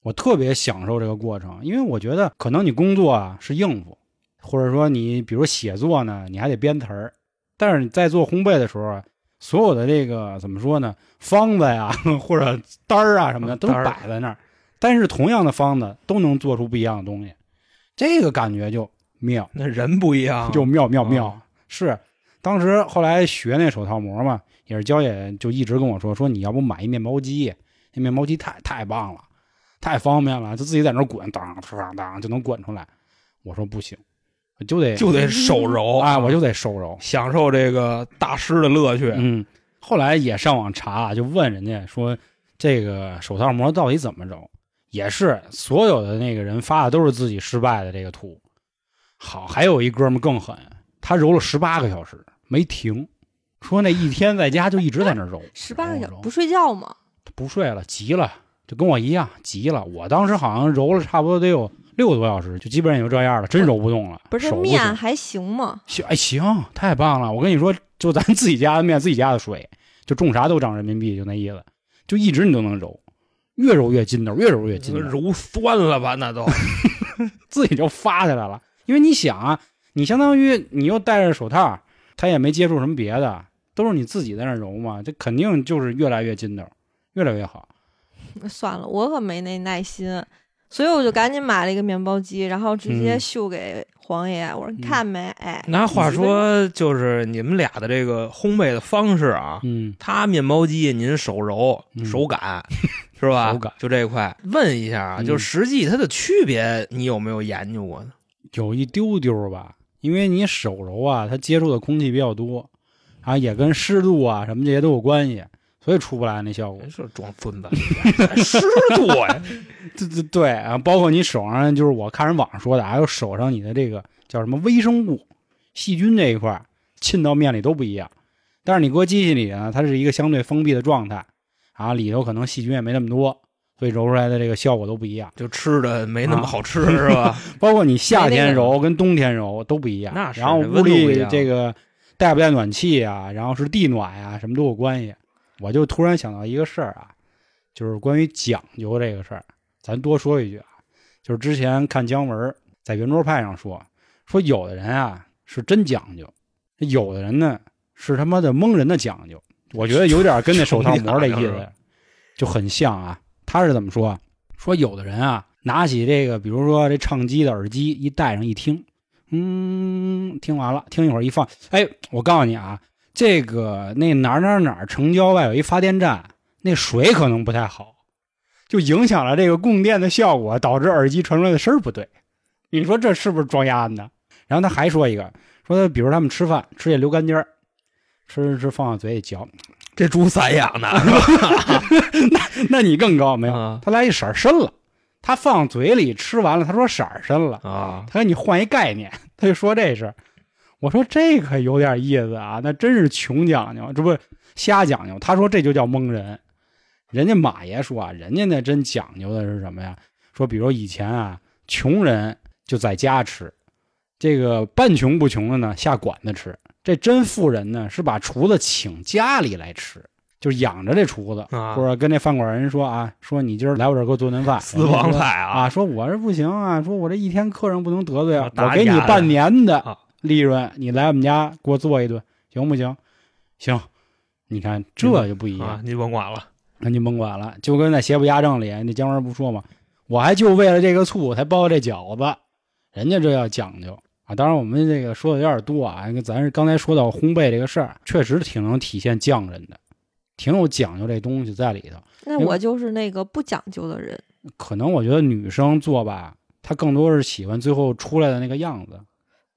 Speaker 1: 我特别享受这个过程，因为我觉得可能你工作啊是应付，或者说你比如写作呢，你还得编词儿，但是你在做烘焙的时候啊，所有的这个怎么说呢，方子呀 *laughs* 或者单儿啊什么的都
Speaker 2: 嗯单儿
Speaker 1: 摆在那儿，但是同样的方子都能做出不一样的东西，这个感觉就妙，
Speaker 2: 那人不一样，
Speaker 1: 就妙妙妙。
Speaker 2: 啊
Speaker 1: 是，当时后来学那手套膜嘛，也是娇姐就一直跟我说，说你要不买一面包机，那面包机太太棒了，太方便了，就自己在那儿滚，当当当就能滚出来。我说不行，我就得
Speaker 2: 就得手揉
Speaker 1: 啊，我就得收揉。
Speaker 2: 享受这个大师的乐趣。
Speaker 1: 嗯，后来也上网查，啊就问人家说这个手套膜到底怎么揉，也是所有的那个人发的都是自己失败的这个图。好，还有一哥们更狠，他揉了十八个小时没停，说那一天在家就一直在那揉
Speaker 3: *laughs* 十八个小时
Speaker 1: 揉
Speaker 3: 不睡觉吗？
Speaker 1: 不睡了，急了，就跟我一样急了。我当时好像揉了差不多得有六个多小时，就基本上也就这样了，真揉不动了，
Speaker 3: 不是这
Speaker 1: 手不
Speaker 3: 面
Speaker 1: 行
Speaker 3: 还行吗？
Speaker 1: 行，哎，行，太棒了！我跟你说，就咱 *laughs* 自己家的面，自己家的水，就种啥都涨人民币，就那意思，就一直你都能揉，越揉越筋道，越揉越筋道，
Speaker 2: 揉酸了吧？那 *laughs* 都
Speaker 1: 自己就发起来了。因为你想啊，你相当于你又戴着手套，他也没接触什么别的，都是你自己在那揉嘛，这肯定就是越来越筋道，越来越好。
Speaker 3: 算了，我可没那耐心，所以我就赶紧买了一个面包机，然后直接
Speaker 1: 嗯
Speaker 3: 秀给黄爷，我说你看没？哎，
Speaker 2: 拿话说，就是你们俩的这个烘焙的方式啊，
Speaker 1: 嗯，
Speaker 2: 他面包机您手揉
Speaker 1: 嗯
Speaker 2: 手感 *laughs* 是吧？
Speaker 1: 手感
Speaker 2: 就这一块，问一下啊，
Speaker 1: 嗯
Speaker 2: 就实际它的区别，你有没有研究过呢？
Speaker 1: 有一丢丢吧，因为你手揉啊，它接触的空气比较多，啊，也跟湿度啊什么这些都有关系，所以出不来那效果。
Speaker 2: 这哎装孙子， *laughs* 湿度呀！
Speaker 1: 对对对啊，包括你手上，就是我看人网上说的，还有手上你的这个叫什么微生物、细菌这一块儿，浸到面里都不一样。但是你搁机器里呢，它是一个相对封闭的状态，啊，里头可能细菌也没那么多，所以揉出来的这个效果都不一样。
Speaker 2: 就吃的没那么好吃是吧？
Speaker 1: 包括你夏
Speaker 3: 没那
Speaker 1: 天
Speaker 3: 个
Speaker 1: 揉跟冬天揉都不一样。
Speaker 2: 那是
Speaker 1: 然后
Speaker 2: 温度
Speaker 1: 屋
Speaker 2: 不一
Speaker 1: 里
Speaker 2: 样
Speaker 1: 这个带不带暖气啊，然后是地暖呀、什么都有关系。我就突然想到一个事儿啊，就是关于讲究这个事儿，咱多说一句啊，就是之前看姜文儿在圆桌派上说，说有的人啊是真讲究，有的人呢是他妈的蒙人的讲究。我觉得有点跟那手套膜的意
Speaker 2: 手艺啊
Speaker 1: 思就很像啊。他是怎么说啊？说有的人啊，拿起这个，比如说这唱机的耳机一戴上一听，嗯，听完了，听一会儿一放，哎，我告诉你啊，这个那哪儿哪儿哪儿城郊外有一发电站，那水可能不太好，就影响了这个供电的效果，导致耳机传出来的声儿不对。你说这是不是装鸭呢？然后他还说一个，说比如他们吃饭吃这溜干尖儿，吃吃吃放到嘴里嚼，
Speaker 2: *laughs* 这猪散养的，
Speaker 1: *laughs* 那你更高没有？
Speaker 2: *laughs* 啊
Speaker 1: 他来一色儿深了，他放嘴里吃完了，他说色儿深了，
Speaker 2: 啊，
Speaker 1: 他给你换一概念，他就说这事儿。我说这可有点意思啊，那真是穷讲究，这不瞎讲究。他说这就叫蒙人。人家马爷说啊，人家那真讲究的是什么呀？说比如以前啊，穷人就在家吃，这个半穷不穷的呢下馆子吃，这真富人呢是把厨子请家里来吃，就养着这厨子，
Speaker 2: 啊
Speaker 1: 或者跟那饭馆人说啊，说你今儿来我这儿给我做顿饭，
Speaker 2: 私房菜啊
Speaker 1: 啊，，说我这不行啊，说我这一天客人不能得罪啊，
Speaker 2: 打
Speaker 1: 我给你
Speaker 2: 架的
Speaker 1: 半年
Speaker 2: 啊
Speaker 1: 的利润，你来我们家给我做一顿，行不行？行，你看这就不一
Speaker 2: 啊
Speaker 1: 样，，
Speaker 2: 你甭管了，
Speaker 1: 那您甭管了，就跟在邪不压正里，那姜文不说嘛，我还就为了这个醋才包这饺子，人家这要讲究啊。当然我们这个说的有点多啊，咱是刚才说到烘焙这个事儿，确实挺能体现匠人的。挺有讲究这东西在里头。
Speaker 3: 那
Speaker 1: 因为
Speaker 3: 我就是那个不讲究的人，
Speaker 1: 可能我觉得女生做吧，她更多是喜欢最后出来的那个样子，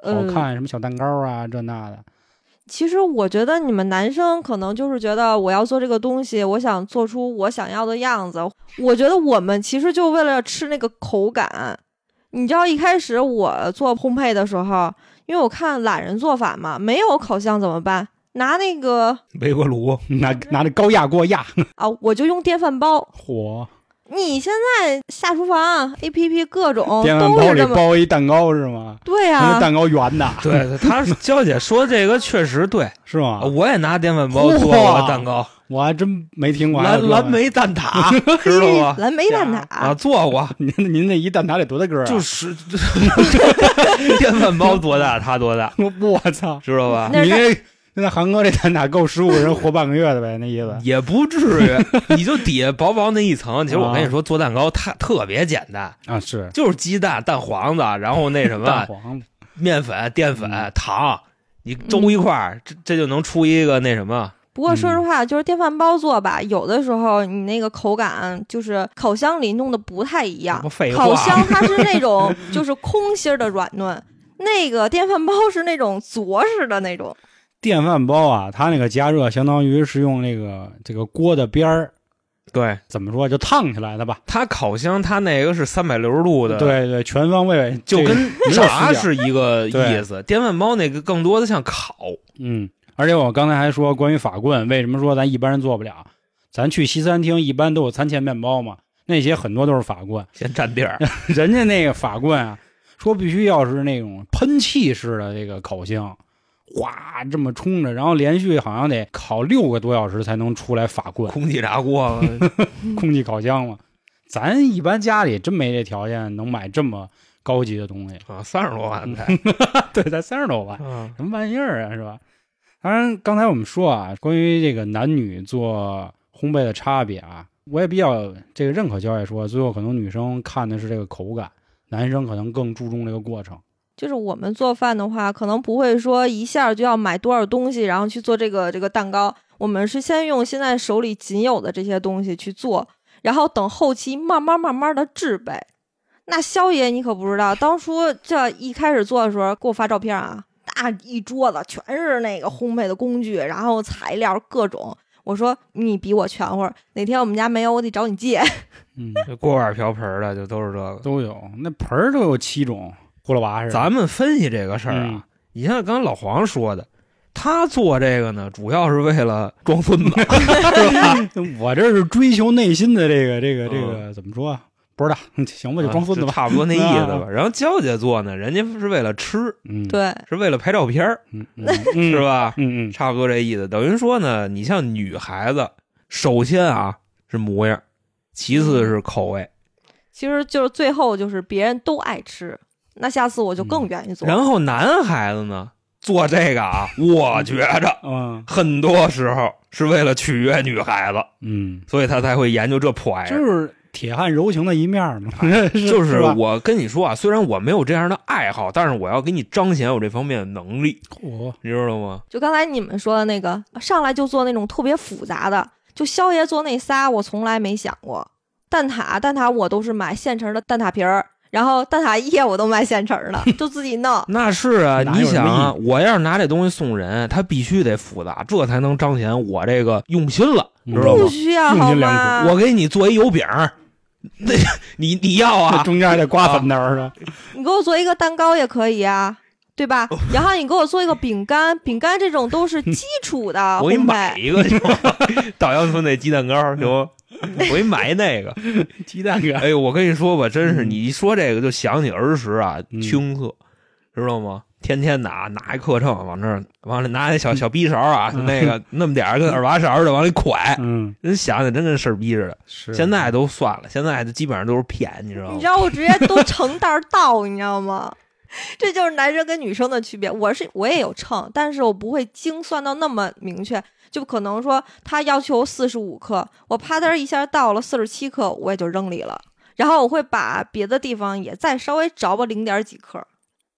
Speaker 1: 好
Speaker 3: 嗯，
Speaker 1: 看，什么小蛋糕啊，这那的。 *laughs*
Speaker 3: 其实我觉得你们男生可能就是觉得我要做这个东西，我想做出我想要的样子。我觉得我们其实就为了吃那个口感。你知道一开始我做烘焙的时候，因为我看懒人做法嘛，没有烤箱怎么办？拿那个
Speaker 2: 微波炉，
Speaker 1: 拿拿着高压锅压
Speaker 3: 啊，我就用电饭煲。
Speaker 1: 火，你
Speaker 3: 你现在下厨房 A P P 各种
Speaker 1: 电饭
Speaker 3: 哦都
Speaker 1: 煲
Speaker 3: 是
Speaker 1: 里
Speaker 3: 这么
Speaker 1: 包一蛋糕是吗？
Speaker 3: 对
Speaker 1: 那
Speaker 3: 啊，
Speaker 1: 蛋糕圆的
Speaker 2: *laughs* 对，他娇姐说这个确实 *laughs* 对，
Speaker 1: 是吗？
Speaker 2: 啊
Speaker 3: 哦
Speaker 2: 我也拿电饭煲做过蛋糕，
Speaker 1: 我还真没听过。
Speaker 2: 蓝蓝，莓蛋 *laughs* 挞，知道吗？
Speaker 3: 蓝莓哎蛋挞
Speaker 2: 啊，做过，
Speaker 1: 您 *laughs* 您那一蛋挞得多大个儿啊？
Speaker 2: 就是 *laughs* 电饭煲多大，它多大，
Speaker 1: *laughs* 我操！
Speaker 2: 知道吧？
Speaker 3: 那
Speaker 1: 你
Speaker 3: 是
Speaker 1: 这那韩哥这蛋挞够十五个人活半个月的呗，那意
Speaker 3: *laughs*
Speaker 1: 思。
Speaker 2: 也不至于，你就底下薄薄那一
Speaker 1: *laughs*
Speaker 2: 层。其实我跟你说，做蛋糕它特别简单，
Speaker 1: 啊，是
Speaker 2: 就是鸡蛋、蛋黄子，然后那什
Speaker 1: 蛋
Speaker 2: 么
Speaker 1: 黄
Speaker 2: 面粉、淀粉
Speaker 1: 嗯、
Speaker 2: 糖，你粥一块儿，这这就能出一个那什么。
Speaker 3: 不过
Speaker 1: 嗯
Speaker 3: 说实话，就是电饭煲做吧，有的时候你那个口感就是烤箱里弄的不太一样
Speaker 2: 不。废话
Speaker 3: 烤箱它是
Speaker 1: *laughs*
Speaker 3: 那种就是空心儿的软嫩，那个电饭煲是那种啄式的那种。
Speaker 1: 电饭煲啊，它那个加热相当于是用那个这个锅的边儿，
Speaker 2: 对，
Speaker 1: 怎么说就烫起来的吧？
Speaker 2: 它烤箱它那个是三百六十度的，，
Speaker 1: 对对，全方位
Speaker 2: 就
Speaker 1: 这个
Speaker 2: 跟
Speaker 1: 没有
Speaker 2: 炸
Speaker 1: 死角
Speaker 2: 是一个
Speaker 1: 对
Speaker 2: 意思。电饭煲那个更多的像烤，
Speaker 1: 嗯，而且我刚才还说关于法棍，为什么说咱一般人做不了？咱去西餐厅一般都有餐前面包嘛，那些很多都是法棍，
Speaker 2: 先占地儿。
Speaker 1: 人家那个法棍啊，说必须要是那种喷气式的这个烤箱，哗这么冲着，然后连续好像得烤六个多小时才能出来法棍，
Speaker 2: 空气炸锅， *laughs*
Speaker 1: 空气烤箱嘛。咱一般家里真没这条件能买这么高级的东西，
Speaker 2: 啊，三十多万才，
Speaker 1: 对，才三十多万，
Speaker 2: 啊，
Speaker 1: 什么玩意儿啊，是吧？当然，刚才我们说啊，关于这个男女做烘焙的差别啊，我也比较这个认可教练说，最后可能女生看的是这个口感，男生可能更注重这个过程。
Speaker 3: 就是我们做饭的话，可能不会说一下就要买多少东西，然后去做这个这个蛋糕。我们是先用现在手里仅有的这些东西去做，然后等后期慢慢慢慢的制备。那肖爷，你可不知道，当初这一开始做的时候，给我发照片啊，大一桌子全是那个烘焙的工具，然后材料各种。我说你比我全乎儿，哪天我们家没有，我得找你借。
Speaker 1: 嗯，
Speaker 2: 这锅碗瓢盆儿的就都是这个。
Speaker 1: 都有，那盆儿都有七种，葫芦啊娃是吧
Speaker 2: 咱们分析这个事儿啊，
Speaker 1: 嗯
Speaker 2: 你像刚才老黄说的，他做这个呢，主要是为了装孙子，
Speaker 1: *laughs* 我这是追求内心的这个这个
Speaker 2: 嗯
Speaker 1: 这个、怎么说啊？不知道， *laughs* 行吧，就装孙子
Speaker 2: 啊
Speaker 1: 吧。
Speaker 2: 差不多那意思吧
Speaker 1: 啊。
Speaker 2: 然后娇姐做呢，人家是为了吃，
Speaker 1: 嗯，，
Speaker 3: 对，
Speaker 2: 是为了拍照片儿，
Speaker 1: 嗯嗯
Speaker 2: 是
Speaker 1: 嗯
Speaker 2: 吧？
Speaker 1: 嗯嗯，
Speaker 2: 差不多这意思。等于说呢，你像女孩子，首先啊是模样，其次是口味，
Speaker 3: 其实就是最后就是别人都爱吃，那下次我就更愿意
Speaker 1: 嗯
Speaker 3: 做。
Speaker 2: 然后男孩子呢做这个啊，我觉着
Speaker 1: 嗯
Speaker 2: 很多时候是为了取悦女孩子，
Speaker 1: 嗯，
Speaker 2: 所以他才会研究这破玩意儿。
Speaker 1: 就是铁汉柔情的一面 *laughs* 嘛，
Speaker 2: *laughs* 就是是
Speaker 1: 吧？
Speaker 2: 我跟你说啊，虽然我没有这样的爱好，但是我要给你彰显我这方面的能力，
Speaker 1: 我
Speaker 2: 你知道吗？
Speaker 3: 就刚才你们说的那个，上来就做那种特别复杂的，就肖爷做那仨，我从来没想过。蛋挞，蛋挞我都是买现成的蛋挞皮儿，然后蛋挞液我都买现成的，就自己弄。
Speaker 2: 那是啊，
Speaker 1: 哪有
Speaker 2: 你想啊
Speaker 1: 什，
Speaker 2: 我要是拿这东西送人，他必须得复杂，这才能彰显我这个用心了，
Speaker 1: 嗯
Speaker 2: 知道
Speaker 3: 不
Speaker 2: 吗？
Speaker 3: 需要
Speaker 1: 用
Speaker 3: 好
Speaker 1: 心良苦
Speaker 3: 吗？
Speaker 2: 我给你做一油饼 *laughs* 儿，那你你要
Speaker 1: 这
Speaker 2: 啊？
Speaker 1: 中间还得刮粉头儿是吧？
Speaker 3: 你给我做一个蛋糕也可以啊，对吧？
Speaker 2: 哦
Speaker 3: 然后你给我做一个饼干，饼干这种都是基础
Speaker 2: *laughs*
Speaker 3: 的
Speaker 2: *laughs* 我给你
Speaker 3: 烘
Speaker 2: 买
Speaker 3: 焙。
Speaker 2: 一个，行吗 *laughs* 稻香村那鸡蛋糕行吗？ *laughs* 我给你买一那个。
Speaker 1: 鸡蛋 *laughs* 哥，
Speaker 2: 哎呦，我跟你说吧，真是
Speaker 1: 嗯
Speaker 2: 你一说这个就想起儿时啊，
Speaker 1: 嗯
Speaker 2: 青涩，知道吗？天天拿拿一课秤往那儿，往里拿那小小逼勺啊，
Speaker 1: 嗯
Speaker 2: 那个那么点儿跟耳挖勺似的往里蒯，
Speaker 1: 嗯，
Speaker 2: 真想想真跟事儿逼似的。
Speaker 1: 是
Speaker 2: 现在都算了，现在就基本上都是骗，你知道
Speaker 3: 你
Speaker 2: 吗
Speaker 3: 知？道我直接都成袋儿倒， *laughs* 你知道吗？这就是男生跟女生的区别。我是我也有秤，但是我不会精算到那么明确，就可能说他要求四十五克，我啪嗒一下到了四十七克，我也就扔里了。然后我会把别的地方也再稍微着吧零点几克，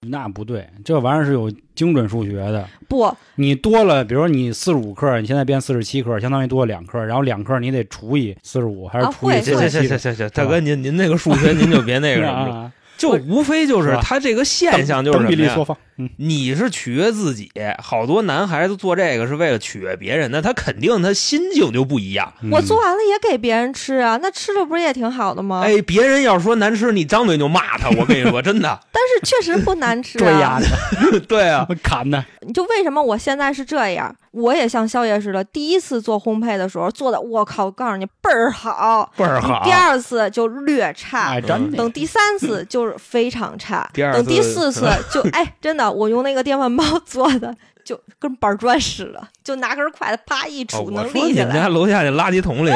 Speaker 1: 那不对，这玩意儿是有精准数学的。
Speaker 3: 不，
Speaker 1: 你多了，比如说你四十五克，你现在变四十七克，相当于多了两克，然后两克你得除以四十五，还是
Speaker 3: 啊
Speaker 1: 除以
Speaker 3: 会
Speaker 1: 四十
Speaker 2: 行行
Speaker 1: 七
Speaker 2: 行？行行行，大哥您您那个数学您就别那个
Speaker 1: *laughs*
Speaker 2: 什么了，
Speaker 1: 啊，
Speaker 2: 就无非就是
Speaker 1: 是吧
Speaker 2: 它这个现象就是
Speaker 1: 等比
Speaker 2: 什么
Speaker 1: 例
Speaker 2: 呀
Speaker 1: 缩？放，嗯，
Speaker 2: 你是取悦自己，好多男孩子做这个是为了取悦别人，那他肯定他心境就不一样。
Speaker 3: 我
Speaker 1: 嗯
Speaker 3: 做完了也给别人吃啊，那吃的不是也挺好的吗？
Speaker 2: 哎，别人要是说难吃，你张嘴就骂他。我跟你 *laughs* 说，真的，
Speaker 3: 但是确实不难吃
Speaker 1: 这
Speaker 3: 啊
Speaker 1: 丫。
Speaker 2: 对啊，
Speaker 1: 的砍的，
Speaker 3: 你就为什么我现在是这样？我也像宵夜似的，第一次做烘焙的时候做的，我靠，我告诉你倍儿好。
Speaker 2: *laughs* 倍儿好
Speaker 3: 第二次就略差，
Speaker 1: 哎，真的
Speaker 3: 等第三次就是非常差，
Speaker 2: 第二次
Speaker 3: 等第
Speaker 2: *laughs*
Speaker 3: 四次就哎，真的，我用那个电饭煲 *laughs* 做的，就跟板砖似的，就拿根筷子啪一
Speaker 2: 哦
Speaker 3: 杵
Speaker 2: 我
Speaker 3: 能
Speaker 2: 说
Speaker 3: 立
Speaker 2: 你
Speaker 3: 起
Speaker 2: 们
Speaker 3: 来。
Speaker 2: 家楼下那垃圾 *laughs* 桶里，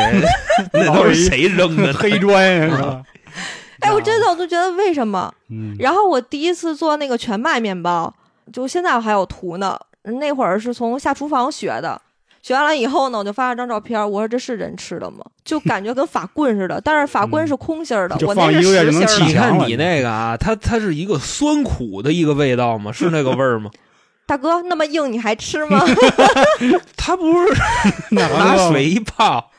Speaker 2: 那都是谁扔 *laughs* 的？
Speaker 1: 黑砖是
Speaker 2: *laughs*
Speaker 1: 吧？
Speaker 3: 哎，
Speaker 2: 哦
Speaker 3: 我真的我都觉得为什么？
Speaker 1: 嗯，
Speaker 3: 然后我第一次做那个全麦面包，就现在我还有图呢。那会儿是从下厨房学的，学完了以后呢，我就发了张照片，我说这是人吃的吗？就感觉跟法棍似的，但是法棍是空心儿的，
Speaker 1: 就
Speaker 3: 我
Speaker 1: 放
Speaker 3: 那是
Speaker 1: 一个月
Speaker 3: 实
Speaker 1: 就能
Speaker 3: 心儿
Speaker 1: 起
Speaker 2: 你
Speaker 3: 的。
Speaker 2: 看你那个啊，它它是一个酸苦的一个味道 *laughs* 吗？是那个味儿吗？
Speaker 3: 大哥，那么硬你还吃吗？
Speaker 2: 它不 *laughs* 是
Speaker 1: 那
Speaker 2: 拿水一泡，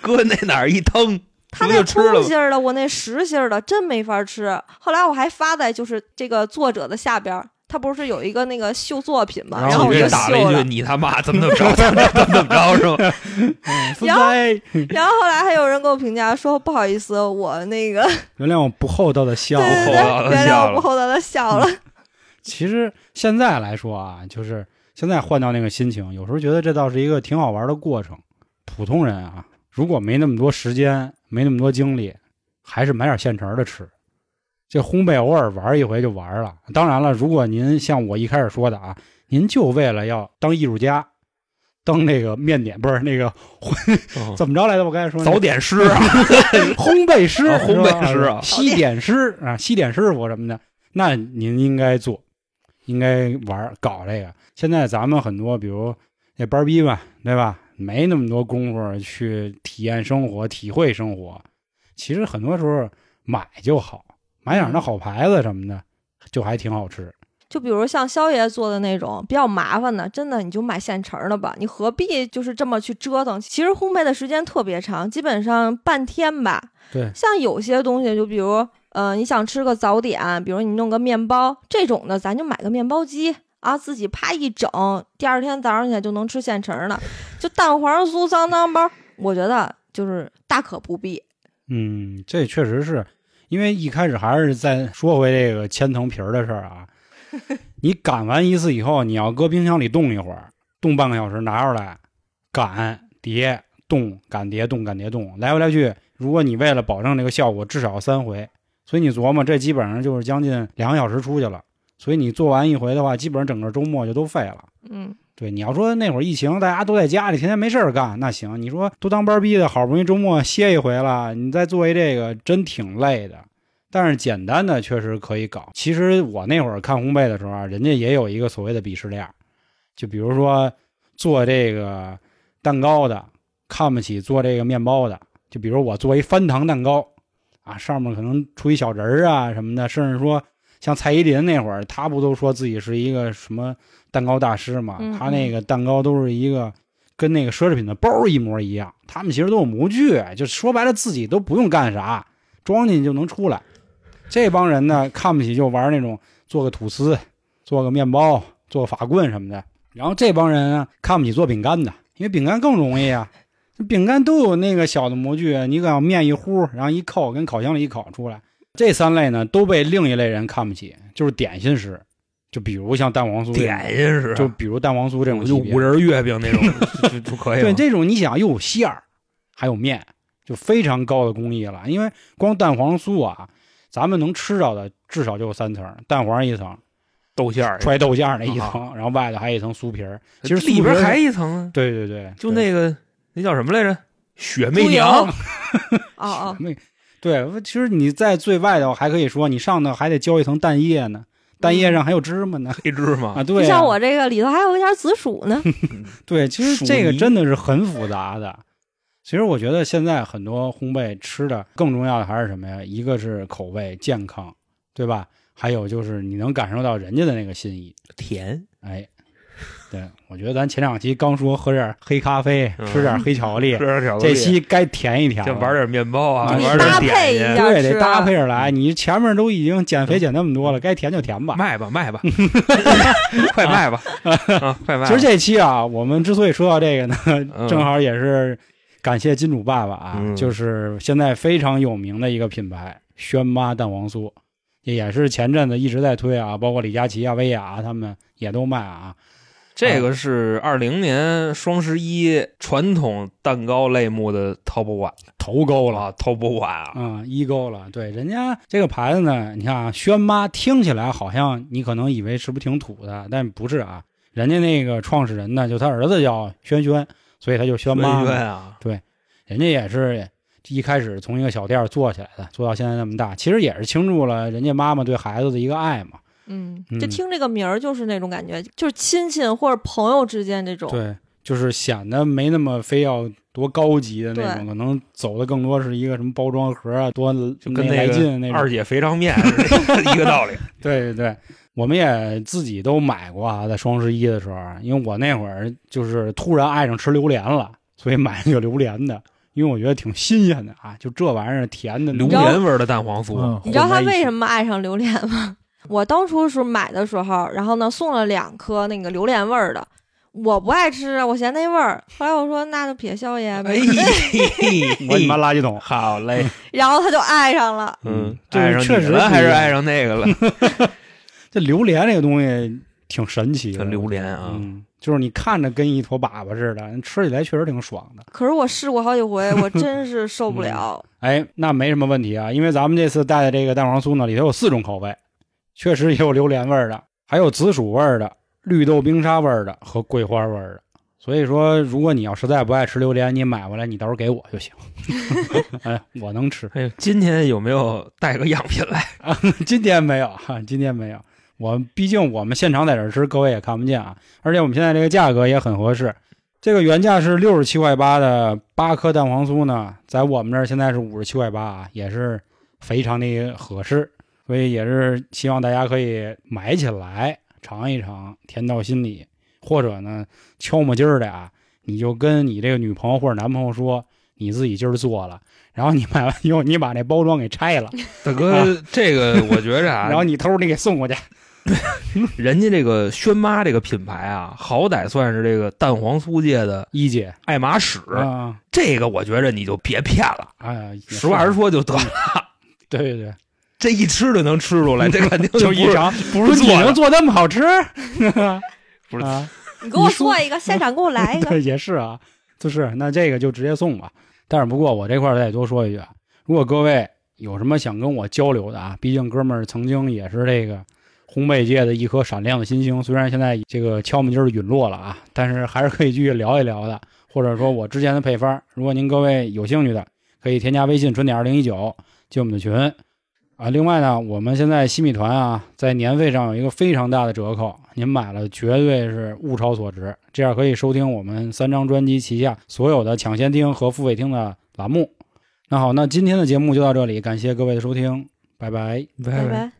Speaker 2: 搁那哪儿一腾，
Speaker 3: 他
Speaker 2: 不
Speaker 3: 那
Speaker 2: 就吃了
Speaker 3: 空
Speaker 2: 吗？
Speaker 3: 心儿的，我那实心儿的，真没法吃。后来我还发在就是这个作者的下边儿，他不是有一个那个秀作品嘛，
Speaker 1: 然
Speaker 3: 然
Speaker 1: 后
Speaker 3: 后我
Speaker 2: 你
Speaker 3: 就
Speaker 1: 被
Speaker 2: 这打了一
Speaker 3: 秀
Speaker 2: 句“。
Speaker 3: 了
Speaker 2: 你他妈怎么怎么着，怎么怎么怎么着”是 *laughs* 吧？
Speaker 1: 然
Speaker 3: 然
Speaker 1: 后
Speaker 3: 后然后后来还有人给我评价说不好意思，我那个
Speaker 1: 原谅我不厚道的笑
Speaker 3: 对
Speaker 1: 话。
Speaker 3: 对
Speaker 2: 厚道
Speaker 3: 对，
Speaker 2: 地
Speaker 3: 原
Speaker 2: 笑
Speaker 3: 谅
Speaker 2: 了
Speaker 3: 我不厚道的笑
Speaker 1: 嗯
Speaker 3: 了。
Speaker 1: 其实现在来说啊，就是现在换掉那个心情，有时候觉得这倒是一个挺好玩的过程。普通人啊，如果没那么多时间，没那么多精力，还是买点现成的吃。这烘焙偶尔玩一回就玩了。当然了，如果您像我一开始说的啊，您就为了要当艺术家，当那个面点不是那个怎么着来的？我刚才说那
Speaker 2: 哦早
Speaker 1: 个
Speaker 2: 点师啊， *laughs*
Speaker 1: *laughs* 烘焙师、
Speaker 2: 啊烘焙
Speaker 1: 是
Speaker 2: 师
Speaker 1: 吧
Speaker 2: 啊
Speaker 1: 西点师啊，西点师傅什么的，那您应该做，应该玩儿搞这个。现在咱们很多，比如那班儿逼吧，对吧？没那么多功夫去体验生活、体会生活。其实很多时候买就好，买点儿那好牌子什么的，就还挺好吃。
Speaker 3: *laughs* 就比如像肖爷做的那种比较麻烦的，真的你就买现成的吧，你何必就是这么去折腾？其实烘焙的时间特别长，基本上半天吧。
Speaker 1: 对，
Speaker 3: 像有些东西，就比如，呃，你想吃个早点，比如你弄个面包这种的，咱就买个面包机啊，自己啪一整，第二天早上起来就能吃现成的。就蛋黄酥、脏脏包，我觉得就是大可不必。
Speaker 1: 嗯，这确实是因为一开始还是再说回这个千层皮儿的事儿啊。你擀完一次以后，你要搁冰箱里冻一会儿，冻半个小时，拿出来擀叠冻，擀叠冻，擀叠冻，来回来去。如果你为了保证这个效果，至少要三回，所以你琢磨这基本上就是将近两个小时出去了。所以你做完一回的话，基本上整个周末就都废了。
Speaker 3: 嗯，
Speaker 1: 对，你要说那会儿疫情，大家都在家里，天天没事儿干，那行。你说都当班儿逼的，好不容易周末歇一回了，你再做一这个，真挺累的。但是简单的确实可以搞。其实我那会儿看烘焙的时候啊，人家也有一个所谓的鄙视链儿，就比如说做这个蛋糕的看不起做这个面包的，就比如我做一翻糖蛋糕啊，上面可能出一小人儿啊什么的，甚至说像蔡依林那会儿，她不都说自己是一个什么蛋糕大师嘛？
Speaker 3: 嗯
Speaker 1: 她那个蛋糕都是一个跟那个奢侈品的包儿一模一样，他们其实都有模具，就说白了自己都不用干啥，装进去就能出来。这帮人呢，看不起就玩那种做个吐司、做个面包、做个法棍什么的。然后这帮人啊，看不起做饼干的，因为饼干更容易啊。饼干都有那个小的模具，你往面一糊，然后一扣，跟烤箱里一烤出来。这三类呢，都被另一类人看不起，就是点心师，就比如像蛋黄酥这种，
Speaker 2: 点心是
Speaker 1: 就比如蛋黄酥这种
Speaker 2: 就
Speaker 1: 级别
Speaker 2: 五仁月饼那种就就就可以
Speaker 1: 对
Speaker 2: 了。
Speaker 1: 这种你想又有馅儿，还有面，就非常高的工艺了。因为光蛋黄酥啊，咱们能吃到的至少就有三层：蛋黄一层，
Speaker 2: 哎豆馅儿，
Speaker 1: 揣豆馅儿那一层，然后外头还有一层酥皮儿。其实酥皮
Speaker 2: 啊呃里
Speaker 1: 儿
Speaker 2: 边
Speaker 1: 是
Speaker 2: 还一层啊，
Speaker 1: 对对对，
Speaker 2: 就
Speaker 1: 对
Speaker 2: 那个那叫什么来着？雪媚
Speaker 3: 猪油
Speaker 2: 娘，
Speaker 3: 哦哦，
Speaker 1: 那对，其实你在最外头还可以说，你上头还得浇一层蛋液呢，蛋
Speaker 2: 嗯
Speaker 1: 液上还有芝麻呢。
Speaker 2: 黑芝麻
Speaker 1: 啊，，
Speaker 3: 就
Speaker 1: 对啊
Speaker 3: 像我这个里头还有一点紫薯呢。
Speaker 1: 对，其实
Speaker 2: 薯
Speaker 1: 这个
Speaker 2: 泥
Speaker 1: 真的是很复杂的。其实我觉得现在很多烘焙吃的更重要的还是什么呀？一个是口味健康，对吧？还有就是你能感受到人家的那个心意。
Speaker 2: 甜，
Speaker 1: 哎，对，我觉得咱前两期刚说喝点黑咖啡，
Speaker 2: 嗯
Speaker 1: 吃点黑巧克力，
Speaker 2: 吃点巧克力
Speaker 1: 这期该甜一甜
Speaker 2: 啊就
Speaker 1: 了，
Speaker 2: 玩点面包啊，
Speaker 1: 你
Speaker 2: 玩
Speaker 1: 搭
Speaker 2: 点
Speaker 3: 配
Speaker 2: 点心，
Speaker 3: 一下
Speaker 1: 对，
Speaker 3: 是
Speaker 1: 得
Speaker 3: 吧
Speaker 1: 搭配着来。你前面都已经减
Speaker 2: 嗯
Speaker 1: 肥减那么多了，该甜就甜吧。
Speaker 2: 啊卖吧卖吧， *laughs* 快
Speaker 1: *laughs*
Speaker 2: 卖吧，啊，快卖吧！
Speaker 1: 其实这期啊，我们之所以说到这个呢，*laughs*
Speaker 2: 嗯
Speaker 1: 正好也是感谢金主爸爸啊，
Speaker 2: 嗯
Speaker 1: 就是现在非常有名的一个品牌——轩妈蛋黄酥，也也是前阵子一直在推啊，包括李佳琦啊、薇娅啊他们也都卖啊。
Speaker 2: 这个是二零年双十一传统蛋糕类目的 top one
Speaker 1: 头高了
Speaker 2: 啊，top one 啊，
Speaker 1: 啊、一勾了。对，人家这个牌子呢，你看啊，轩妈听起来好像你可能以为是不是挺土的，但不是啊。人家那个创始人呢，就他儿子叫轩轩，所以他就轩妈
Speaker 2: 妈
Speaker 1: 嘛。
Speaker 2: 啊，
Speaker 1: 人家也是一开始从一个小店儿做起来的，做到现在那么大，其实也是倾注了人家妈妈对孩子的一个爱嘛。
Speaker 3: 嗯
Speaker 1: 嗯，
Speaker 3: 就听这个名儿就是那种感觉，就是亲戚或者朋友之间这种。
Speaker 1: 对，就是显得没那么非要多高级的那种，可能走的更多是一个什么包装盒啊，多
Speaker 2: 就跟
Speaker 1: 来
Speaker 2: 那
Speaker 1: 劲那
Speaker 2: 个
Speaker 1: 种。
Speaker 2: 二姐肥肠面是一个 *laughs* 道
Speaker 1: *laughs*
Speaker 2: 理。
Speaker 1: 对对对，我们也自己都买过啊，在双十一的时候，因为我那会儿就是突然爱上吃榴莲了，所以买那个榴莲的，因为我觉得挺新鲜的啊，就这玩意儿甜的
Speaker 2: 榴
Speaker 3: 知道
Speaker 2: 莲味儿的蛋黄酥， *laughs*
Speaker 1: 嗯
Speaker 3: 你知道他
Speaker 1: 混在一
Speaker 3: 为
Speaker 1: 起
Speaker 3: 什么爱上榴莲吗？ *laughs* 我当初是买的时候，然后呢送了两颗那个榴莲味儿的，我不爱吃，啊我嫌那味儿。后来我说那就撇消炎
Speaker 1: 哎
Speaker 3: 呗，
Speaker 1: *laughs* 我你妈垃
Speaker 2: 哎，
Speaker 1: 圾
Speaker 3: 嗯
Speaker 1: 桶。
Speaker 2: 好嘞，
Speaker 3: *laughs* 然后他就爱上了。
Speaker 2: 嗯，
Speaker 1: 这
Speaker 2: 爱上
Speaker 1: 确
Speaker 2: 你
Speaker 1: 实
Speaker 2: 了
Speaker 1: 不
Speaker 2: 还是
Speaker 1: 一样
Speaker 2: 爱上
Speaker 1: *laughs*
Speaker 2: 那个了？
Speaker 1: 这榴莲这个东西挺神奇
Speaker 2: 这
Speaker 1: 的，
Speaker 2: 榴莲啊，
Speaker 1: 嗯，就是你看着跟一坨粑粑似的，吃起来确实挺爽的。
Speaker 3: 可是我试过好几回，我真是受不了。
Speaker 1: 哎，那没什么问题啊，因为咱们这次带的这个蛋黄酥呢，里头有四种口味，确实也有榴莲味儿的，还有紫薯味儿的、绿豆冰沙味儿的和桂花味儿的。所以说，如果你要实在不爱吃榴莲，你买回来你到时候给我就行。 *laughs* 哎，我能吃。
Speaker 2: 哎呦，今天有没有带个样品来？
Speaker 1: *laughs* 今天没有，哈，今天没有。我毕竟我们现场在这儿吃，各位也看不见啊。而且我们现在这个价格也很合适，这个原价是六十七块八的八颗蛋黄酥呢，在我们这儿现在是五十七块八啊，也是非常的合适。所以也是希望大家可以买起来尝一尝，甜到心里。或者呢，悄么劲儿的啊，你就跟你这个女朋友或者男朋友说，你自己今儿做了，然后你买完以后，你把那包装给拆了，
Speaker 2: 大哥，啊 *laughs* 这个我觉着啊，
Speaker 1: 然后你偷着你给送过去。
Speaker 2: 人家这个轩妈这个品牌啊，好歹算是这个蛋黄酥界的
Speaker 1: 一姐
Speaker 2: 爱马仕。
Speaker 1: 啊
Speaker 2: 这个我觉着你就别骗了，
Speaker 1: 啊，也
Speaker 2: 实话实
Speaker 1: 是，嗯
Speaker 2: 说就得了。
Speaker 1: 对对对，
Speaker 2: 这一吃就能吃出来，这肯定
Speaker 1: *laughs* 就
Speaker 2: 不
Speaker 1: 一
Speaker 2: 是
Speaker 1: 尝，
Speaker 2: 不
Speaker 1: 说
Speaker 2: 是
Speaker 1: 你
Speaker 2: 做
Speaker 1: 能
Speaker 2: 的，
Speaker 1: 做那么好吃？
Speaker 2: *laughs* 不是
Speaker 1: 啊，
Speaker 3: 你给我
Speaker 1: 你说
Speaker 3: 做一个，现场给我来一个。
Speaker 1: *laughs* 对，也是啊，就是那这个就直接送吧。但是不过我这块儿再多说一句，啊，如果各位有什么想跟我交流的啊，毕竟哥们儿曾经也是这个烘焙界的一颗闪亮的新星，虽然现在这个敲门筋儿陨落了啊，但是还是可以继续聊一聊的，或者说我之前的配方，如果您各位有兴趣的，可以添加微信春点二零一九进我们的群。啊，另外呢，我们现在新米团啊，在年费上有一个非常大的折扣，您买了绝对是物超所值。这样可以收听我们三张专辑旗下所有的抢先听和付费听的栏目。那好，那今天的节目就到这里，感谢各位的收听，拜拜。
Speaker 3: 拜拜。